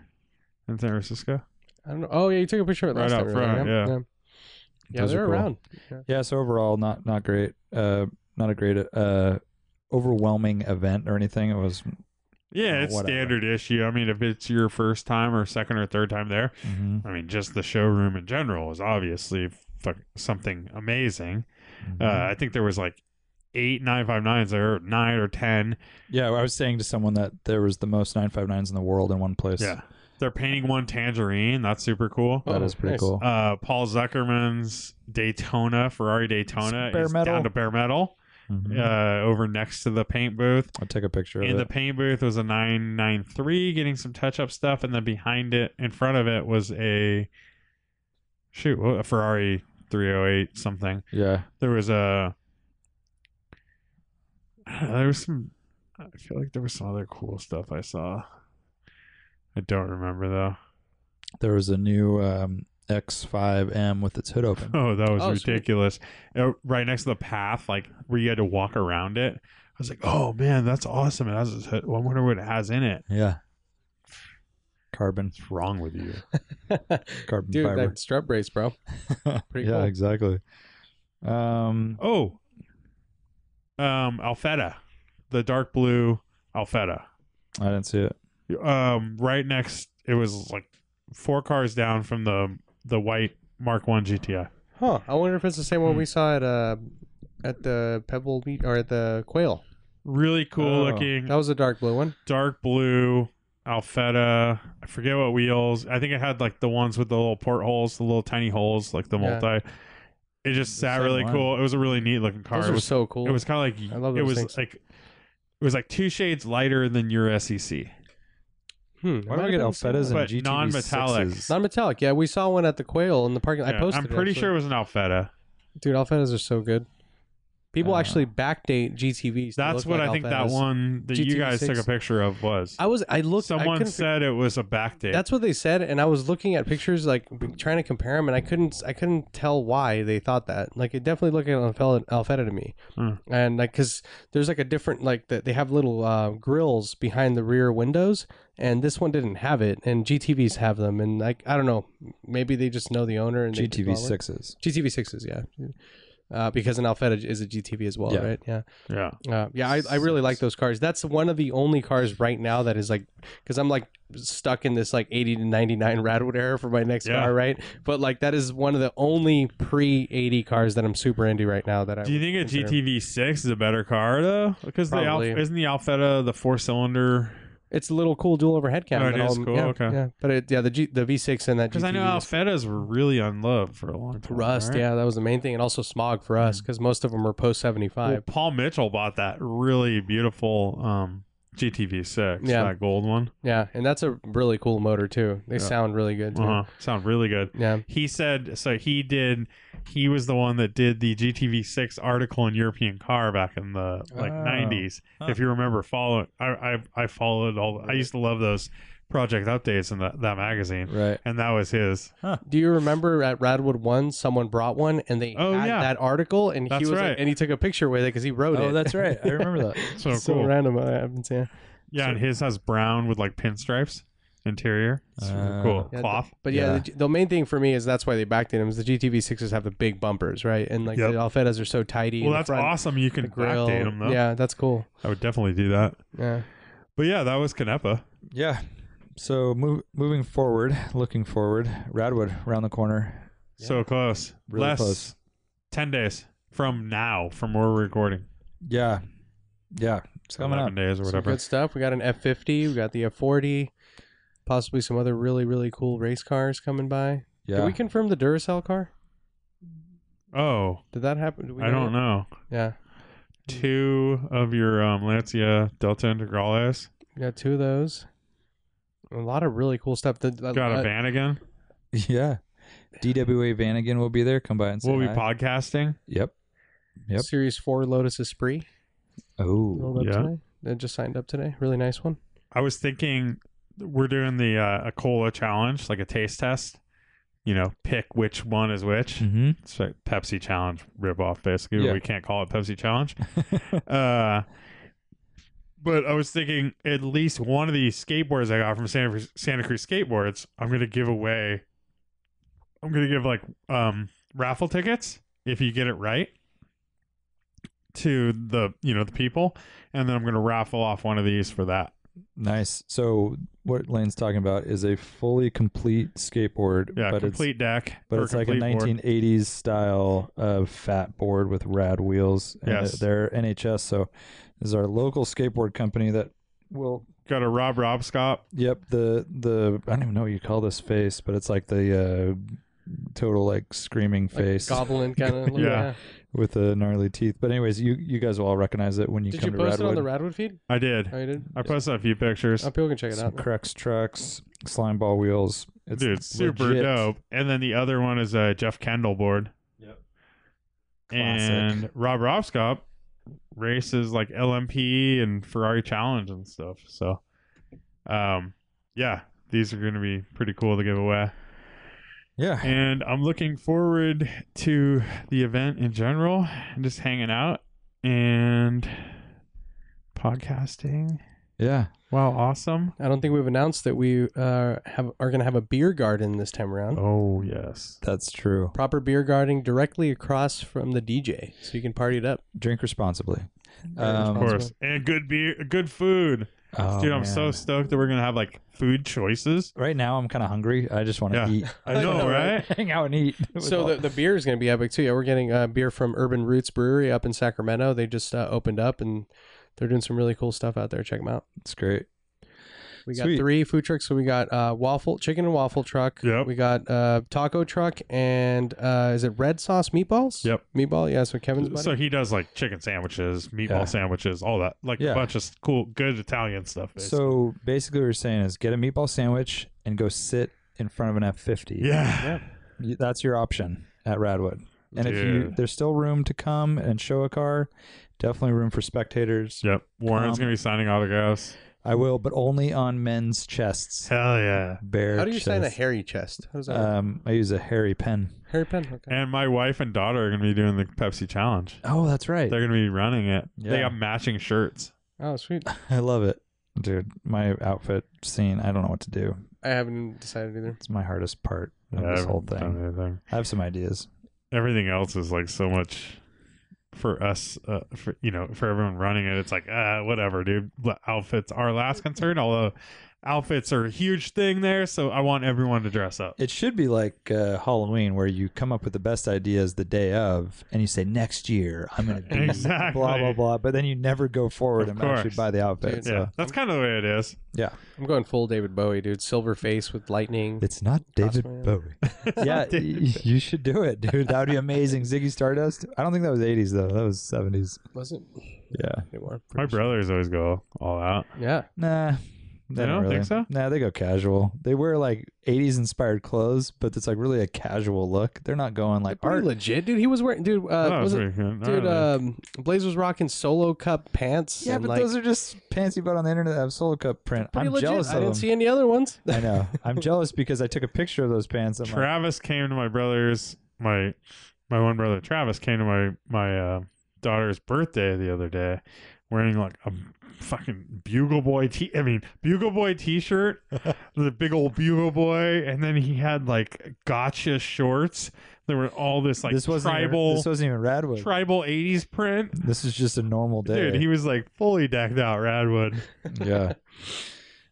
A: In San Francisco.
C: I don't know. Oh yeah, you took a picture of it
A: Right
C: last
A: out
C: time.
A: front,
C: yeah,
A: yeah.
C: yeah. Yeah,
B: Those are
C: they're
B: cool.
C: around.
B: Yeah. So overall, not not great. Uh, not a great uh, overwhelming event or anything. It was.
A: Yeah,
B: Uh,
A: it's
B: whatever.
A: standard issue. I mean, if it's your first time or second or third time there,
B: mhm,
A: I mean, just the showroom in general is obviously fuck something amazing.
B: mhm.
A: Uh, I think there was like eight 959s there, or nine or 10.
B: Yeah, I was saying to someone that there was the most 959s in the world in one place.
A: Yeah. They're painting one tangerine. That's super cool.
B: that is
C: Oh,
B: pretty
C: nice.
B: cool.
A: uh, Paul Zuckerman's Daytona, Ferrari Daytona,
B: It's bare
A: is
B: metal.
A: down to bare metal
B: Mhm.
A: uh, over next to the paint booth.
B: I'll take a picture
A: In
B: of
A: the
B: it.
A: paint booth was a 993 getting some touch up stuff, and then behind it, in front of it, was a shoot, what- a Ferrari 308 something.
B: yeah,
A: There was a I don't know, there was some. I feel like there was some other cool stuff I saw. I don't remember though.
B: there was a new um, X5M with its hood open.
A: Oh, that was
C: Oh, sweet.
A: ridiculous. Uh, Right next to the path, like where you had to walk around it. I was like, oh man, that's awesome. It has, I wonder what it has in it.
B: yeah, carbon,
A: What's wrong with you?
B: carbon
C: Dude,
B: fiber.
C: that strut brace, bro. pretty
B: yeah,
C: cool.
B: exactly. Um,
A: Oh, um, Alfetta, the dark blue Alfetta.
B: I didn't see it.
A: Um, right next, it was like four cars down from the the white Mark One GTI.
C: Huh. I wonder if it's the same one
A: Hmm.
C: we saw at uh at the Pebble Beach or at the Quail.
A: Really cool
B: Oh.
A: looking
C: That was a dark blue one.
A: dark blue Alfetta. I forget what wheels. I think it had like the ones with the little portholes, the little tiny holes, like the
C: Yeah.
A: multi. It just sat
B: same
A: really
B: one.
A: cool. It was a really neat looking car.
C: Those
A: It
C: are
A: was,
C: so cool.
A: it was kind of like
C: I love
A: it
C: those
A: was
C: things.
A: like it was like two shades lighter than your E SEC.
C: Hmm,
B: Why do we get Alfettas
A: But
B: and GTV
A: non-metallic.
C: Non metallic. Yeah, we saw one at the Quail in the parking. lot. I
A: Yeah,
C: posted.
A: I'm
C: it,
A: pretty
C: actually.
A: sure it was an Alfetta.
C: Dude, Alfettas are so good. People
B: Uh,
C: actually backdate GTVs. to
A: That's
C: look
A: what
C: like
A: I think
C: Alfettas.
A: that one that you guys took
C: GTV6.
A: a picture of was.
C: I was. I looked. I
A: Someone
C: couldn't fi-
A: said it was a backdate.
C: That's what they said, and I was looking at pictures, like b- trying to compare them, and I couldn't, I couldn't tell why they thought that. Like it definitely looked like Alfetta, Alfetta to me,
A: Hmm.
C: and like because there's like a different, like that they have little uh, grills behind the rear windows, and this one didn't have it, and GTVs have them, and like I don't know, maybe they just know the owner and they just
B: GTV
C: bought one.
B: sixes.
C: GTV sixes, yeah. Uh, because an Alfetta is a GTV as well,
B: Yeah.
C: right? Yeah,
A: yeah.
C: uh, yeah. I, I really like those cars. That's one of the only cars right now that is like, because I'm like stuck in this like eighty to ninety nine Radwood era for my next
A: Yeah.
C: car, right? But like that is one of the only pre eighty cars that I'm super into right now. That I
A: Do you think a
C: consider-
A: GTV6 is a better car though? Because the Alf-
C: Probably.
A: isn't the Alfetta the four cylinder
C: It's a little cool dual overhead cam.
A: Oh, it
C: that
A: is
C: I'll-
A: cool,
C: Yeah,
A: okay.
C: Yeah, but it, yeah, the G, the V6 and that
A: Because I know
C: GTV is
A: Alfettas were really unloved for a long time.
C: rust.
A: right?
C: Yeah, that was the main thing, and also smog for us because most of them were post seventy
A: Well,
C: five.
A: Paul Mitchell bought that really beautiful um, GTV six,
C: Yeah.
A: that gold one.
C: Yeah, and that's a really cool motor too. They
A: Yeah.
C: sound really good too.
A: Uh-huh. Sound really good.
C: Yeah.
A: He said so. He did. He was the one that did the GTV six article in European Car back in the like
B: Oh.
A: nineties.
B: Huh.
A: If you remember, following I I, I followed all. I used to love those project updates in that that magazine,
B: Right.
A: and that was his.
C: Do you remember at Radwood One, someone brought one and they
A: Oh,
C: had
A: yeah.
C: that article, and
A: That's
C: he was
A: right.
C: like, and he took a picture with it because he wrote it.
B: Oh, that's right. I remember that.
A: So,
C: so
A: Oh, cool.
C: random. What happens? Yeah.
A: Yeah, and his has brown with like pinstripes interior. It's
B: Uh,
A: cool
C: Yeah,
A: cloth.
C: But yeah,
B: Yeah.
C: The, the main thing for me is that's why they backed them is the GTV sixes have the big bumpers, right? And like
A: Yep.
C: the Alfetas are so tidy. in
A: Well,
C: the
A: that's
C: front,
A: awesome. You
C: The
A: can
C: grill.
A: backdate them though.
C: Yeah, that's cool.
A: I would definitely do that.
C: Yeah.
A: But yeah, that was Canepa.
B: Yeah. So move, moving forward, looking forward, Radwood around the corner.
A: So close.
B: Really
A: Less
B: close.
A: ten days from now, from where we're recording.
B: Yeah. Yeah. It's coming up.
A: Eleven days or
C: Some
A: whatever.
C: good stuff. We got an F fifty. We got the F forty. Possibly some other really really cool race cars coming by. Did
B: Yeah.
C: we confirm the Duracell car?
A: Oh,
C: Did that happen? Did we
A: I don't know.
C: Yeah,
A: Two of your um, Lancia Delta Integrales
C: we got two of those. A lot of really cool stuff. The, the-
A: got
C: uh,
A: a van again.
B: yeah. DWA Vanagon will be there. Come by and say
A: We'll be
B: hi.
A: podcasting.
B: Yep. Yep.
C: Series four Lotus Esprit rolled
B: Oh.
C: up
A: Yeah.
C: today. They just signed up today. Really nice one.
A: I was thinking we're doing the uh, a cola challenge, like a taste test. You know, pick which one is which.
B: Mm-hmm.
A: It's like Pepsi challenge ripoff, basically. but
B: Yeah.
A: We can't call it Pepsi challenge. uh, but I was thinking at least one of these skateboards I got from Santa, Cruz- Santa Cruz Skateboards, I'm gonna give away. I'm gonna give like um, raffle tickets if you get it right to the you know the people, and then I'm gonna raffle off one of these for that.
B: Nice. So what Lane's talking about is a fully complete skateboard.
A: Yeah,
B: but
A: complete deck.
B: It's, but
A: or
B: it's like a
A: complete board.
B: 1980s style of fat board with rad wheels. And
A: Yes.
B: They're NHS. So this is our local skateboard company that will
A: Got a Rob Rob Scott.
B: Yep, the the I don't even know what you call this face, but it's like the uh total like screaming
C: Like
B: face
C: goblin kind of.
A: Yeah.
B: with the gnarly teeth. But anyways, you you guys will all recognize it when you
C: Did you
B: come to
C: post it
B: Radwood.
C: on the Radwood feed?
A: I did.
C: Oh, you did.
A: I posted a few pictures.
C: Oh, people can check it
B: Some
C: out.
B: Crex trucks, slime ball wheels. It's
A: Dude, it's super
B: legit.
A: dope. And then the other one is a Jeff Kendall board. Yep.
B: Classic.
A: And Rob Robscop races like LMP and Ferrari Challenge and stuff. So, um, yeah, these are going to be pretty cool to give away.
B: Yeah.
A: And I'm looking forward to the event in general and just hanging out and podcasting.
B: Yeah.
A: Wow, awesome.
C: I don't think we've announced that we uh, have are going to have a beer garden this time around.
A: Oh, yes.
B: That's true.
C: Proper beer garden directly across from the DJ, so you can party it up.
B: Drink responsibly.
A: Of
B: Um,
A: course. And good beer, good food.
B: oh,
A: Dude, I'm so
B: man.
A: stoked that we're gonna have like food choices.
B: Right now, I'm kind of hungry. I just want to
A: Yeah.
B: eat.
A: I know, right?
B: Hang out and eat. with
C: So
B: all-
C: the, the beer is going to be epic too. Yeah, we're getting uh, beer from Urban Roots Brewery up in Sacramento. They just uh, opened up and they're doing some really cool stuff out there. Check them out.
B: it's great.
C: We got
B: Sweet.
C: three food trucks. So we got uh, waffle chicken and waffle truck.
A: Yep.
C: We got uh, taco truck and uh, is it red sauce meatballs?
A: Yep.
C: Meatball. Yeah. So Kevin's buddy.
A: So he does like chicken sandwiches, meatball
B: Yeah.
A: sandwiches, all that, like a
B: Yeah.
A: bunch of cool, good Italian stuff. basically.
B: So basically, what you're saying is get a meatball sandwich and go sit in front of an F50.
A: yeah,
B: Y- that's your option at Radwood. And if you
A: Dude.
B: there's still room to come and show a car, definitely room for spectators.
A: yep. Warren's
B: Um,
A: gonna be signing autographs.
B: I will, but only on men's chests.
A: Hell yeah!
B: Bare.
C: How do you sign a
B: chest.
C: hairy chest? How does that? work?
B: Um, I use a hairy pen.
C: hairy pen. Okay.
A: And my wife and daughter are gonna be doing the Pepsi challenge.
B: Oh, that's right.
A: They're gonna be running it. They
B: Yeah.
A: got matching shirts.
C: Oh, sweet.
B: I love it, dude. My outfit scene. I don't know what to do.
C: I haven't decided either.
B: It's my hardest part of
A: Yeah, I
B: this whole
A: haven't done
B: thing.
A: anything.
B: I have some ideas.
A: Everything else is like so much for us, uh, ah, for you know, for everyone running it. It's like, uh, whatever, dude. Outfits. Our last concert, although outfits are a huge thing there, so I want everyone to dress up.
B: It should be like uh, Halloween, where you come up with the best ideas the day of, and you say next year I'm going to do
A: Exactly.
B: blah blah blah, but then you never go forward
A: Of
B: and
A: course.
B: actually buy the outfit.
C: Dude,
B: so
A: yeah, that's kind of the way it is.
B: yeah,
C: I'm going full David Bowie, dude. Silver face with lightning.
B: it's not David
C: Cosmo.
B: Bowie. yeah, y- you should do it, dude. That would be amazing. Ziggy Stardust. I don't think that was '80s though. That was '70s.
C: was it?
B: Yeah.
C: They were.
A: My brothers always go all out.
C: Yeah.
B: Nah. They
A: You don't
B: really.
A: think so?
B: Nah, they go casual. They wear like 80s inspired clothes, but it's like really a casual look. They're not going like
C: Pretty
B: art.
C: legit, dude. He was wearing, dude. Uh,
A: oh,
C: was it,
A: pretty good.
C: dude?
A: I don't know.
C: Um, Blaze was rocking solo cup pants.
B: Yeah,
C: and,
B: but
C: like,
B: those are just pants you bought on the internet that have solo cup print.
C: pretty
B: I'm
C: legit.
B: jealous
C: I
B: of
C: didn't
B: them.
C: see any other ones.
B: I know. I'm jealous because I took a picture of those pants. I'm like,
A: Travis came to my brother's my my one brother Travis came to my my uh, daughter's birthday the other day wearing like a fucking bugle boy t I mean bugle boy t-shirt the big old bugle boy and then he had like gotcha shorts there were all this like
B: this wasn't
A: tribal
B: Even, this wasn't even Radwood.
A: tribal 80s print
B: this is just a normal day.
A: dude he was like fully decked out Radwood
B: yeah.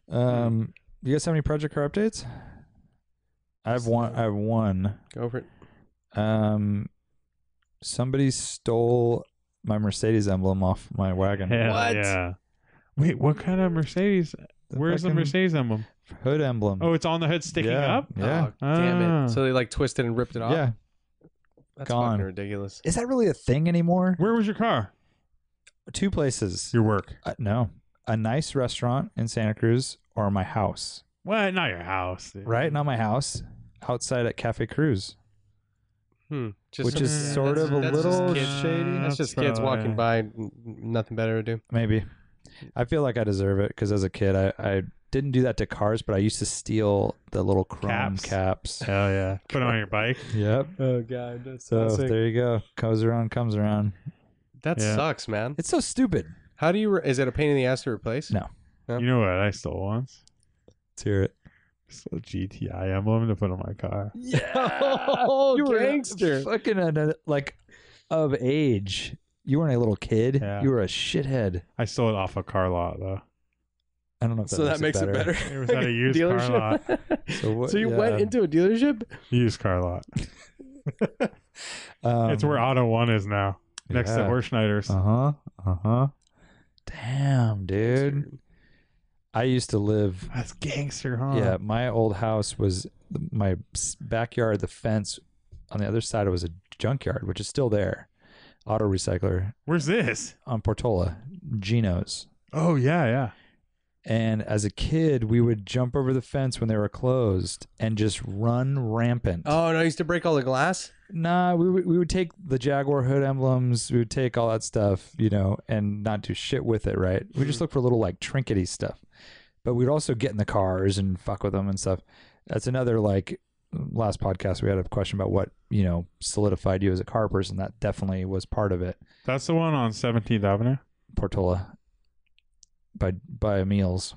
B: Um, you guys have any project car updates? I have one. I have one.
C: Go for it.
B: Um, somebody stole my Mercedes emblem off my wagon.
A: Hell
C: What?
A: yeah wait what kind of Mercedes where's the
B: fucking
A: Mercedes emblem
B: hood emblem?
A: oh it's on the hood sticking
B: yeah,
A: up
B: Yeah,
C: Oh, damn
A: Ah.
C: it. So they like twisted and ripped it off.
B: yeah.
C: That's
B: gone.
C: fucking ridiculous.
B: Is that really a thing anymore?
A: Where was your car?
B: Two places.
A: Your work.
B: Uh, no, a nice restaurant in Santa Cruz or my house.
A: Well, not your house. dude.
B: Right, not my house. Outside at Cafe Cruz.
C: Hmm. Just
B: Which
C: some-
B: is
C: yeah,
B: sort
C: that's-
B: of a
C: that's just
B: little
C: kids-
B: shady.
C: That's just kids
A: probably-
C: walking by, n- nothing better to do.
B: Maybe. I feel like I deserve it because as a kid, I, I didn't do that to cars, but I used to steal the little chrome
A: Caps.
B: caps.
A: Hell yeah. Put it on your bike.
B: Yep.
C: Oh god, that's
B: So there you go. Goes around, comes around.
C: That
A: Yeah.
C: sucks, man.
B: It's so stupid.
C: How do you? Re- is it a pain in the ass to replace?
B: No.
A: You know what I stole once?
B: Let's hear it.
A: Stole a GTI emblem to put on my car.
C: Oh,
B: You were
C: gangster.
B: Fucking an- uh, like of age. You weren't a little kid.
A: Yeah.
B: You were a shithead.
A: I stole it off a car lot though.
B: I don't know if that
C: so that
B: makes,
C: makes it better.
A: It was at a used car lot.
B: So, what,
C: so you went
B: yeah.
C: into a dealership.
A: Used car lot.
B: Um,
A: it's where Auto One is now, next to
B: yeah.
A: Horschneider's.
B: Uh huh. Uh huh. Damn, dude. I used to live
A: That's gangster, huh?
B: Yeah, my old house was my s- backyard. The fence on the other side was a junkyard, which is still there. Auto recycler
A: Where's this?
B: on Portola, Geno's.
A: Oh yeah, yeah.
B: And as a kid, we would jump over the fence when they were closed and just run rampant.
C: Oh no, I used to break all the glass.
B: Nah, we would, we would take the Jaguar hood emblems, we would take all that stuff, you know, and not do shit with it, right? We
A: Hmm.
B: just look for little like trinkety stuff. But we'd also get in the cars and fuck with them and stuff. That's another like last podcast we had a question about what, you know, solidified you as a car person. That definitely was part of it.
A: That's the one on 17th Avenue.
B: Portola by by Emil's.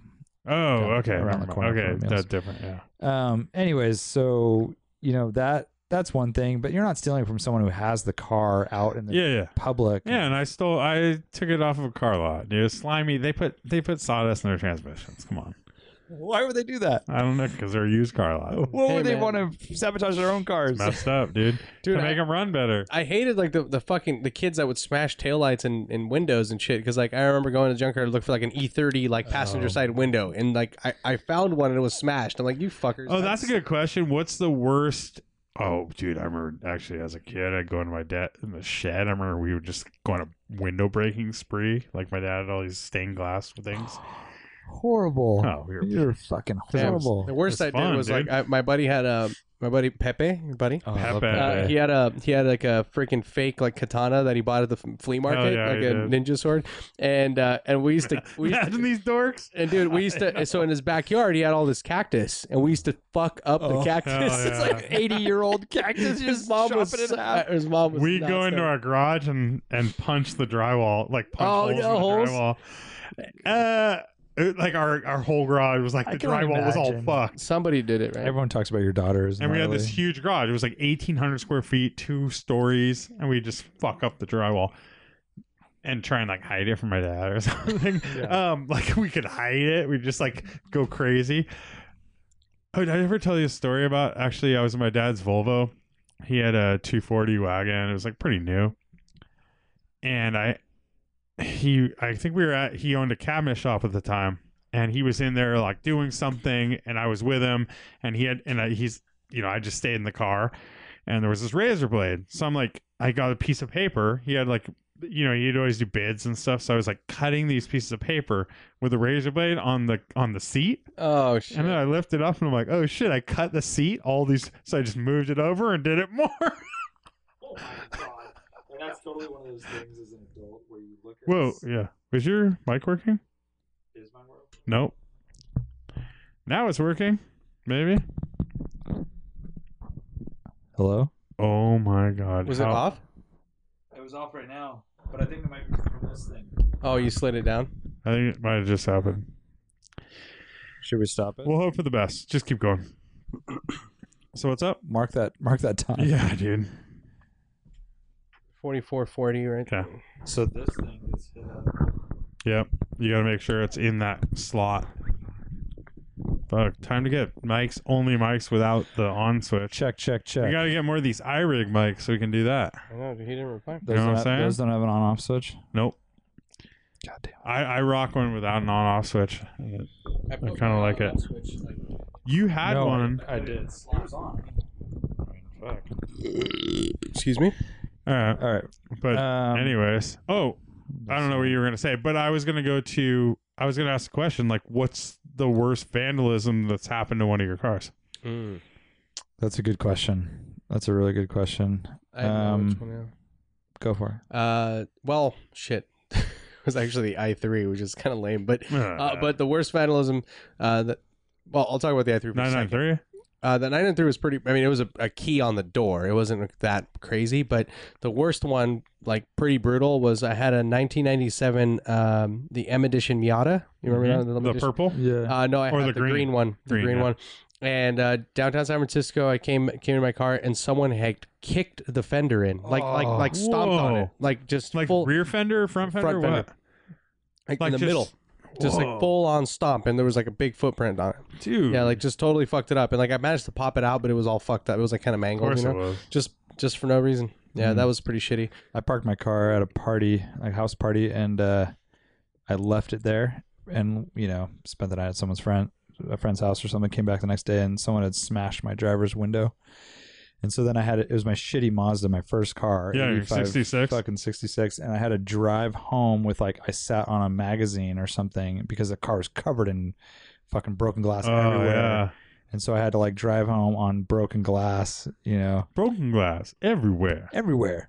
A: Oh, okay.
B: around the
A: never mind.
B: corner from
A: okay,
B: Emil's.
A: that's different. Yeah.
B: Um, anyways, so you know that that's one thing, but you're not stealing from someone who has the car out in the
A: Yeah, yeah.
B: public.
A: Yeah, and I stole. I took it off of a car lot, dude. Slimy. They put they put sawdust in their transmissions. Come on.
B: Why would they do that?
A: I don't know because they're a used car lot.
B: Why
C: Hey,
B: would they
C: man.
B: want to sabotage their own cars?
A: Messed up, dude.
C: Dude,
A: to
C: I-
A: make them run better.
C: I hated like the, the fucking the kids that would smash taillights and, and windows and shit because like I remember going to the junkyard to look for like an E30 like passenger side window and like I, I found one and it was smashed. I'm like you fuckers.
A: Oh, that's a good question. What's the worst? Oh, dude, I remember actually as a kid, I'd go into my dad in the shed. I remember we would just go on a window breaking spree. Like my dad had all these stained glass things.
B: horrible.
A: Oh, we were
B: You're fucking
C: That was-
B: horrible.
C: The worst I
A: That's fun,
C: did was
A: dude.
C: like I, my buddy had a my buddy Pepe, your buddy.
B: Oh, I love
A: Pepe.
B: that.
C: Uh, he had a he had like a freaking fake like katana that he bought at the f- flea market,
A: yeah,
C: like
A: he
C: a
A: did.
C: ninja sword, and uh, and we used to we used to,
A: Imagine these dorks.
C: and dude we used to so in his backyard he had all this cactus and we used to fuck up the cactus.
A: hell
C: It's
A: yeah.
C: like eighty year old cactus. Oh, his mom was sa- uh, his mom was
A: We
C: nuts,
A: go into
C: dude.
A: our garage and and punch the drywall, like punch
C: Oh,
A: holes
C: yeah,
A: in
C: holes.
A: the drywall. Uh, it- like our our whole garage was like
B: I
A: the
B: can
A: drywall was all
B: imagine.
A: fucked.
C: somebody did it right.
B: Everyone talks about your daughters.
A: And we had this
B: Miley.
A: huge garage. It was like eighteen hundred square feet, two stories, and we just fuck up the drywall. and try and like hide it from my dad or something. Um, like we could hide it. We just like go crazy. Oh, did I ever tell you a story about actually I was in my dad's Volvo. He had a 240 wagon. It was like pretty new. And I he I think we were at he owned a cabinet shop at the time and he was in there like doing something and I was with him and he had and I, he's you know I just stayed in the car and there was this razor blade. So I'm like I got a piece of paper. He had like you know, he'd always do bids and stuff. So I was like cutting these pieces of paper with a razor blade on the on the seat.
C: Oh shit!
A: And then I lift it up and I'm like, oh shit, I cut the seat, all these. So I just moved it over and did it more.
D: Oh my god. And that's totally one of those things as an adult where you look at
A: Whoa,
D: this-
A: yeah. Was your mic working?
D: is my world.
A: Nope. Now it's working. Maybe.
B: Hello.
A: Oh my god.
C: Was it
A: How-
C: off?
D: It was off right now, but I think it might be from this thing.
C: Oh, you slid it down.
A: I think it might have just happened.
B: Should we stop it?
A: We'll hope for the best. Just keep going. So what's up?
B: mark that. Mark that time.
A: Yeah, dude.
C: Forty-four, forty, right?
A: Okay.
B: So
D: This thing is. Uh,
A: Yep. You gotta make sure it's in that slot. Fuck. Time to get mics, only mics without the on switch.
B: check, check, check.
A: We gotta get more of these iRig mics so we can do that.
C: I know. He didn't reply.
B: those,
A: know
B: don't
A: what I'm
B: have,
A: saying?
B: those don't have an on-off switch.
A: Nope.
B: God damn.
A: I, I rock one without an on off switch.
C: I
A: put kinda like it.
C: Switch, like,
A: You had
B: No,
A: one.
B: I did.
D: slaps on.
C: Excuse me.
A: All right.
B: All right.
A: But
B: um,
A: anyways. Oh, I don't know what you were gonna say, but I was gonna go to I was gonna ask the question, like, what's the worst vandalism that's happened to one of your cars?
B: That's a good question. That's a really good question.
C: I don't know which
B: Um,
C: one now.
B: Go for it.
C: Uh, well, shit. it was actually the i3, which is kind of lame. But uh, but the worst vandalism, uh, that well, I'll talk about the i3 for a
A: nine
C: second.
A: nine three?
C: Uh, the nine and three was pretty. I mean, it was a, a key on the door. It wasn't that crazy, but the worst one, like pretty brutal, was I had a 1997 um, the M edition Miata. You remember that?
A: Mm-hmm. The
C: Limited-
A: purple?
B: Yeah.
C: Uh, no, I
A: Or
C: had
A: the
C: the
A: green.
C: green, one. The
A: Green,
C: green,
A: yeah.
C: one. And uh, downtown San Francisco, I came came in my car, and someone had kicked the fender in, like like
B: Oh.
C: like stomped on it,
A: Whoa.
C: like just
A: Like
C: full,
A: rear fender, front fender,
C: Front
A: what?
C: like,
A: Like
C: in the
A: just-
C: middle, just
A: Whoa.
C: like full on stomp, and there was like a big footprint on it.
A: Dude.
C: Yeah, like just totally fucked it up, and like I managed to pop it out, but it was all fucked up. It was like kind of
A: of
C: mangled,
A: course
C: you know?
A: it was.
C: just just for no reason. Yeah,
B: Mm-hmm.
C: that was pretty shitty.
B: I parked my car at a party, like house party, and uh, I left it there, and you know, spent the night at someone's friend, a friend's house or something. Came back the next day, and someone had smashed my driver's window, and so then I had it was my shitty Mazda, my first car,
A: Yeah, your
B: 85
A: 66.
B: fucking sixty six, and I had to drive home with like I sat on a magazine or something because the car was covered in fucking broken glass
A: Oh
B: everywhere,
A: yeah.
B: and so I had to like drive home on broken glass, you know,
A: Broken glass everywhere.
B: everywhere.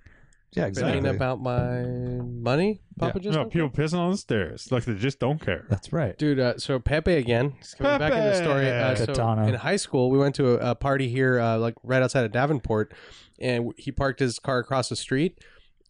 B: Yeah,
C: Exactly.
B: exactly.
C: about my money, Papa just
A: No, people pissing on the stairs. Like they just don't care.
B: That's right.
C: Dude, uh, so Pepe again. He's coming back in the story. Uh,
B: Pepe!
C: so
B: Katana.
C: in high school, we went to a, a party here, uh, like right outside of Davenport, and he parked his car across the street.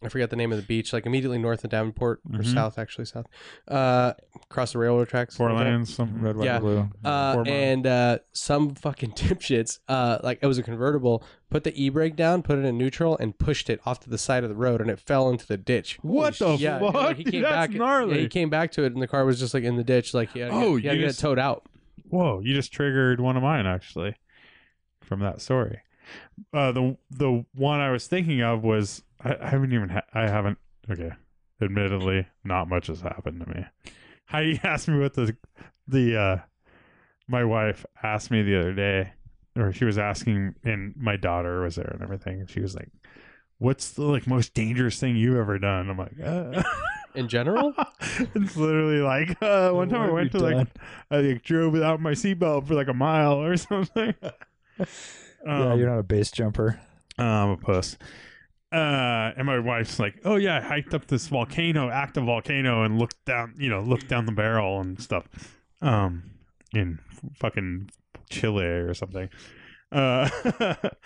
C: I forget the name of the beach, like immediately north of Davenport or
B: Mm-hmm.
A: Mhm.
C: south, actually south, uh, across the railroad tracks.
A: Four
C: Okay.
A: lanes, something.
B: Mm-hmm. Red, white,
C: Yeah.
B: and blue.
C: Uh,
A: Four mile.
C: and uh, some fucking dipshits, uh, like it was a convertible, put the e brake down, put it in neutral, and pushed it off to the side of the road, and it fell into the ditch.
A: What the
C: yeah,
A: fuck?
C: like, he came
A: That's
C: back.
A: gnarly.
C: yeah, he came back to it, and the car was just like in the ditch. Like, yeah,
A: Oh,
C: oh, yeah,
A: you
C: you
A: just-
C: got towed out.
A: Whoa, you just triggered one of mine actually from that story. Uh, the the one I was thinking of was I, I haven't even ha- I haven't okay. Admittedly, not much has happened to me. How you asked me what the the uh, my wife asked me the other day, or she was asking, and my daughter was there and everything, and she was like, "What's the like most dangerous thing you've ever done?" I'm like, uh.
C: In general,
A: it's literally like uh, one time I
B: have
A: went to
B: you
A: like I like, drove without my seatbelt for like a mile or something.
B: yeah,
A: Um,
B: you're not a base jumper.
A: I'm a puss. Uh, and my wife's like, "Oh yeah, I hiked up this volcano, active volcano, and looked down, you know, looked down the barrel and stuff, um, in fucking Chile or something." Uh,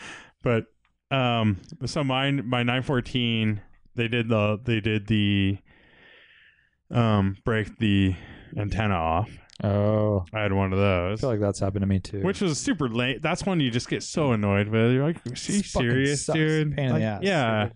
A: but um, so mine, my 914, they did the, they did the, um, break the antenna off.
B: Oh,
A: I had one of
B: I
A: those.
B: feel like that's happened to me too.
A: Which was super late. That's when you just get so annoyed with. You're like, is she
B: This fucking
A: serious,
B: sucks.
A: dude?
B: Pain in the
A: Like,
B: ass.
A: Yeah.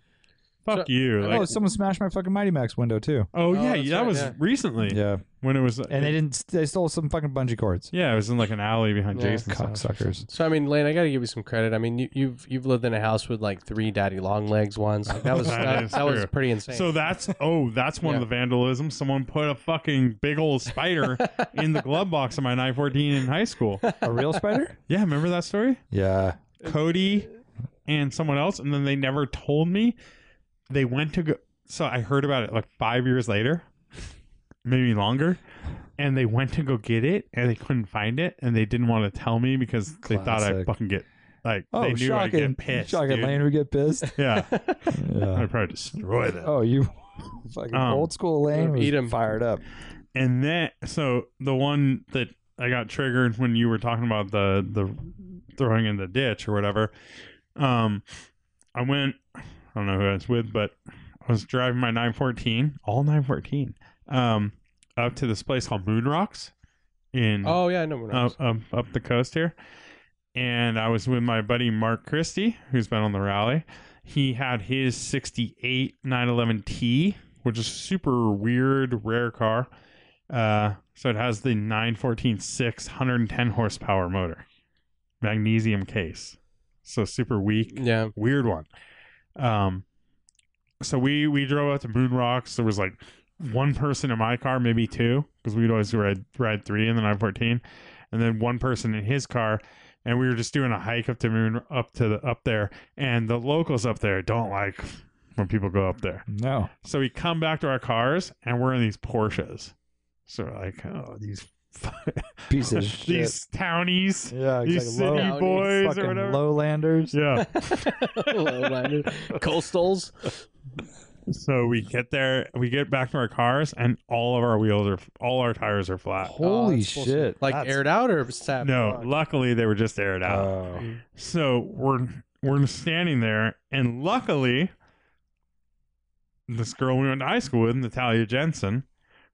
A: Fuck you. Like,
B: oh, someone smashed my fucking Mighty Max window too.
A: oh, yeah,
C: that's
A: that
C: right,
A: was
C: yeah.
A: recently
B: Yeah,
A: when it was.
B: and they didn't. They stole some fucking bungee cords.
A: yeah, it was in like an alley behind
C: Yeah.
A: Jason's house.
B: Cocksuckers.
C: So I mean, Lane, I gotta give you some credit. I mean, you, you've you've lived in a house with like three daddy long legs once. Like, that was
A: That
C: that,
A: is
C: that was
A: true.
C: pretty insane.
A: So that's oh, that's one
C: Yeah.
A: of the vandalism. Someone put a fucking big old spider in the glove box of my 914 in high school.
B: A real spider?
A: Yeah, remember that story?
B: Yeah.
A: Cody and someone else, and then they never told me. They went to go. So I heard about it like five years later, maybe longer. And they went to go get it, and they couldn't find it, and they didn't want to tell me because they thought I'd
B: Classic.
A: fucking get like
B: Oh,
A: they knew
B: shocking!
A: I'd get pissed.
B: shocking,
A: dude.
B: Lane would get pissed.
A: Yeah,
B: Yeah.
A: I'd probably destroy that.
B: Oh, you fucking
A: Um,
B: old school Lane was
C: eat 'em.
B: fired up.
A: and then so the one that I got triggered when you were talking about the the throwing in the ditch or whatever. Um, I went. I don't know who I was with, but I was driving my 914, all 914, um, up to this place called Moon Rocks in
C: oh yeah, no, we're not.
A: up, up, Uh, um, up the coast here. And I was with my buddy Mark Christie, who's been on the rally. He had his 68 911T, which is super weird, rare car. Uh, so it has the 914.6 110 horsepower motor, magnesium case. So super weak
C: yeah,
A: weird one. Um, so we we drove out to Moon Rocks. There was like one person in my car, maybe two, because we'd always ride ride three in the nine fourteen, and then one person in his car. And we were just doing a hike up to Moon up to the up there, and the locals up there don't like when people go up there.
B: No.
A: So we come back to our cars, and we're in these Porsches. So we're like, oh, these
B: Piece of shit.
A: these townies,
B: yeah,
A: these
B: exactly.
A: city
B: Low,
C: Townies.
A: boys or
B: fucking
A: whatever.
B: lowlanders.
A: Yeah.
C: coastals.
A: So we get there, we get back to our cars, and all of our wheels are, all our tires are flat.
B: Holy
C: that's supposed to-
B: shit!
C: Oh, Like
B: Oh, That's-
C: aired out or sap?
A: No, luckily they were just aired out.
B: Oh.
A: so we're we're standing there, and luckily, this girl we went to high school with, Natalia Jensen,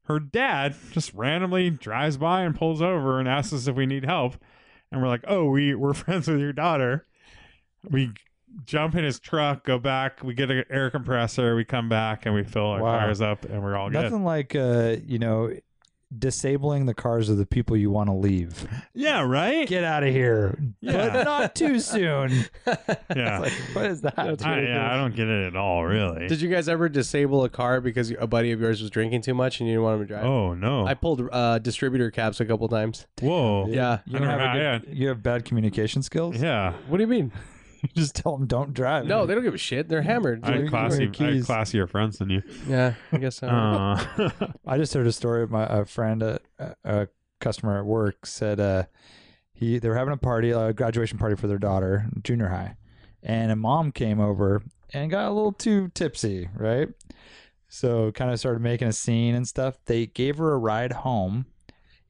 A: her dad just randomly drives by and pulls over and asks us if we need help, and we're like, "Oh, we we're friends with your daughter." We jump in his truck, go back, we get an air compressor, we come back, and we fill our
B: Wow.
A: tires up, and we're all Oh, good.
B: Nothing like uh, you know, disabling the cars of the people you want to leave.
A: Yeah, right?
B: Get out of here.
A: Yeah.
B: But not too soon. It's
A: yeah.
B: like, what is that?
A: I, yeah, I don't get it at all, really.
C: Did you guys ever disable a car because a buddy of yours was drinking too much and you didn't want him to drive?
A: oh, no.
C: I pulled uh, distributor caps a couple times.
A: Whoa. Yeah.
C: Yeah.
B: You don't
A: I
B: have
A: don't
B: a
A: know,
B: good, you have bad communication skills.
C: What do you mean?
B: You just tell them don't drive.
C: No, they don't give a shit. They're hammered.
A: I had, classy, I had
B: keys.
A: classier friends than you.
C: yeah, I guess so.
A: Uh,
B: I just heard a story of my a friend, a, a- a customer at work, said uh, he they were having a party, a graduation party for their daughter, junior high, and a mom came over and got a little too tipsy, right? So kind of started making a scene and stuff. They gave her a ride home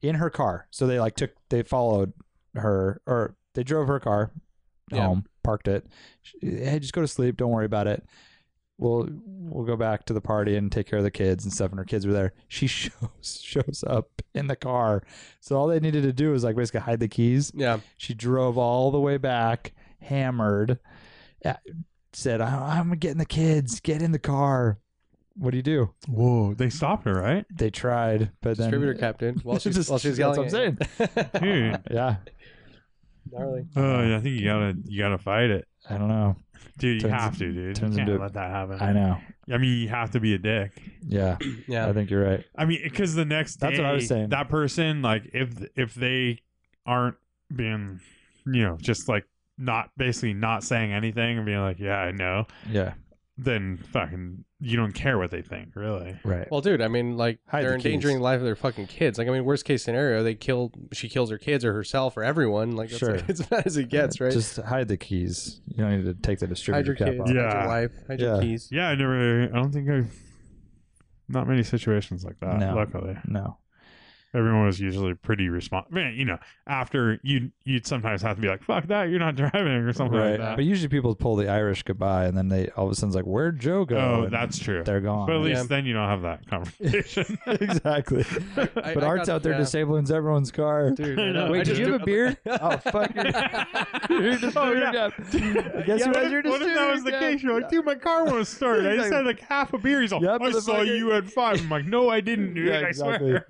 B: in her car. So they like took they followed her or they drove her car
C: Yeah.
B: home, parked it. She- Hey, just go to sleep. Don't worry about it. We'll we'll go back to the party and take care of the kids and stuff. And her kids were there. She shows shows up in the car. So all they needed to do was like basically hide the keys.
C: yeah.
B: She drove all the way back, hammered. uh, Said, "I- "I'm getting the kids. Get in the car." What do you do?
A: whoa. They stopped her, right?
B: They tried, but then
C: distributor cap, dude. While she's,
B: Just-
C: while she's
B: that's
C: yelling.
B: what I'm
C: at you.
A: Dude.
B: Yeah,
C: Gnarly.
A: Oh, yeah, I think you gotta you gotta fight it,
B: I don't know.
A: dude. You
B: Turns-
A: have to, dude. You
B: turns
A: can't
B: into-
A: let that happen.
B: I know.
A: I mean, you have to be a dick.
B: Yeah,
C: Yeah.
B: I think you're right.
A: I mean, because the next
B: That's what I was
A: day,
B: saying.
A: That person, like, if if they aren't being, you know, just like not basically not saying anything and being like, yeah, I know,
B: Yeah,
A: then fucking you don't care what they think, really.
B: right.
C: Well, dude, I mean, like
B: Hide
C: they're
B: the keys.
C: endangering the life of their fucking kids. Like, I mean, worst case scenario, they kill. She kills her kids or herself or everyone. Like, that's
B: Sure.
C: like, as bad as it gets, right?
B: Just hide the keys. You don't need to take the
C: hide
B: distributor
C: your
B: cap
C: kids,
B: off.
A: Yeah.
C: hide your wife, hide your
B: Yeah.
C: keys.
A: Yeah, I never. I don't think I've. Not many situations like that.
B: No.
A: Luckily,
B: No.
A: everyone was usually pretty responsive. You know, after you you'd sometimes have to be like, "Fuck that, you're not driving" or something like that.
B: But usually people pull the Irish goodbye, and then they all of a sudden's like, "Where'd Joe go?"
A: oh,
B: And
A: that's true.
B: they're gone.
A: But at least
C: Yeah.
A: then you don't have that conversation.
B: exactly.
C: I-
B: but
C: I
B: Art's
C: got-
B: out there
C: yeah.
B: disabling everyone's car.
C: Dude,
A: I know.
C: I
B: Wait, do
C: just
B: you have
C: do-
B: a beer? oh fuck! You're, you're just
A: Oh,
B: doing
A: yeah.
B: it up. I guess you
A: Yeah,
B: guys
A: what,
B: are
A: if,
B: just
A: what if that was the
B: doing it
A: case? You're like,
B: up.
A: dude, my car won't start. I just had like half a beer. He's all,
B: Yeah,
A: I saw
B: motherfucker.
A: you at five. I'm like, no, I didn't, dude.
B: Yeah,
A: I
B: exactly.
A: swear.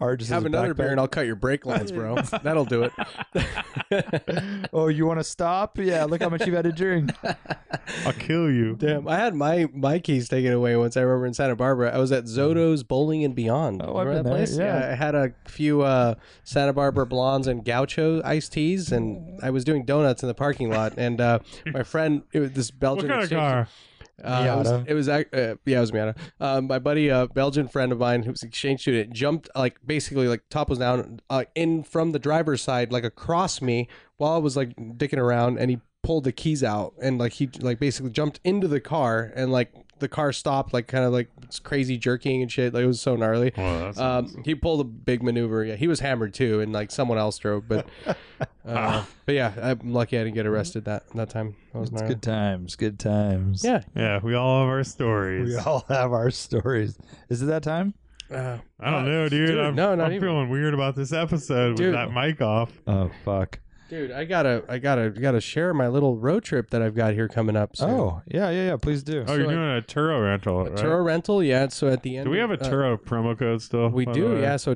B: Art just has
C: Have
B: a
C: another beer
B: backpack.
C: and I'll cut your brake lines, bro. That'll do it.
B: oh, you want to stop? Yeah, look how much you've had to drink.
A: I'll kill you.
C: Damn, I had my my keys taken away once. I remember in Santa Barbara, I was at Zoto's Bowling and Beyond.
B: Mm. Oh, I've
C: Remember
B: been
C: that
B: there,
C: place?
B: yeah.
C: I had a few uh, Santa Barbara blondes and gaucho iced teas,
B: Mm.
C: and I was doing donuts in the parking lot. And uh, my friend, it was this
A: What
C: Belgian
A: kind of
C: exchange-
A: car?
C: Uh, it was,
B: Miata.
C: it was ac- uh, yeah, it was Miata. Um, my buddy, a Belgian friend of mine, who was an exchange student, jumped like basically like top was down uh, in from the driver's side, like across me, while I was like dicking around, and he pulled the keys out and like he like basically jumped into the car and like the car stopped like kind of like it's crazy jerking and shit like it was so gnarly
A: Well, that's
C: um he pulled a big maneuver yeah he was hammered too and like someone else drove but uh, but yeah i'm lucky i didn't get arrested that that time that was
B: It's
C: gnarly.
B: good times. Good times.
C: Yeah.
A: yeah, we all have our stories.
B: We all have our stories. Is it that time?
C: Uh,
A: I don't know, dude.
C: Dude,
A: I'm,
C: no, not
A: I'm
C: even.
A: feeling weird about this episode with
C: Dude.
A: that mic off.
B: Oh fuck.
C: Dude, I gotta, I gotta, gotta share my little road trip that I've got here coming up. Soon.
B: Oh yeah, yeah, yeah. Please do.
A: Oh, you're
C: I-
A: doing a Turo rental,
C: a
A: right?
C: Turo rental, yeah. So at the end,
A: Do we have a
C: uh,
A: Turo promo code still?
C: we
A: by the
C: do,
A: way?
C: yeah. So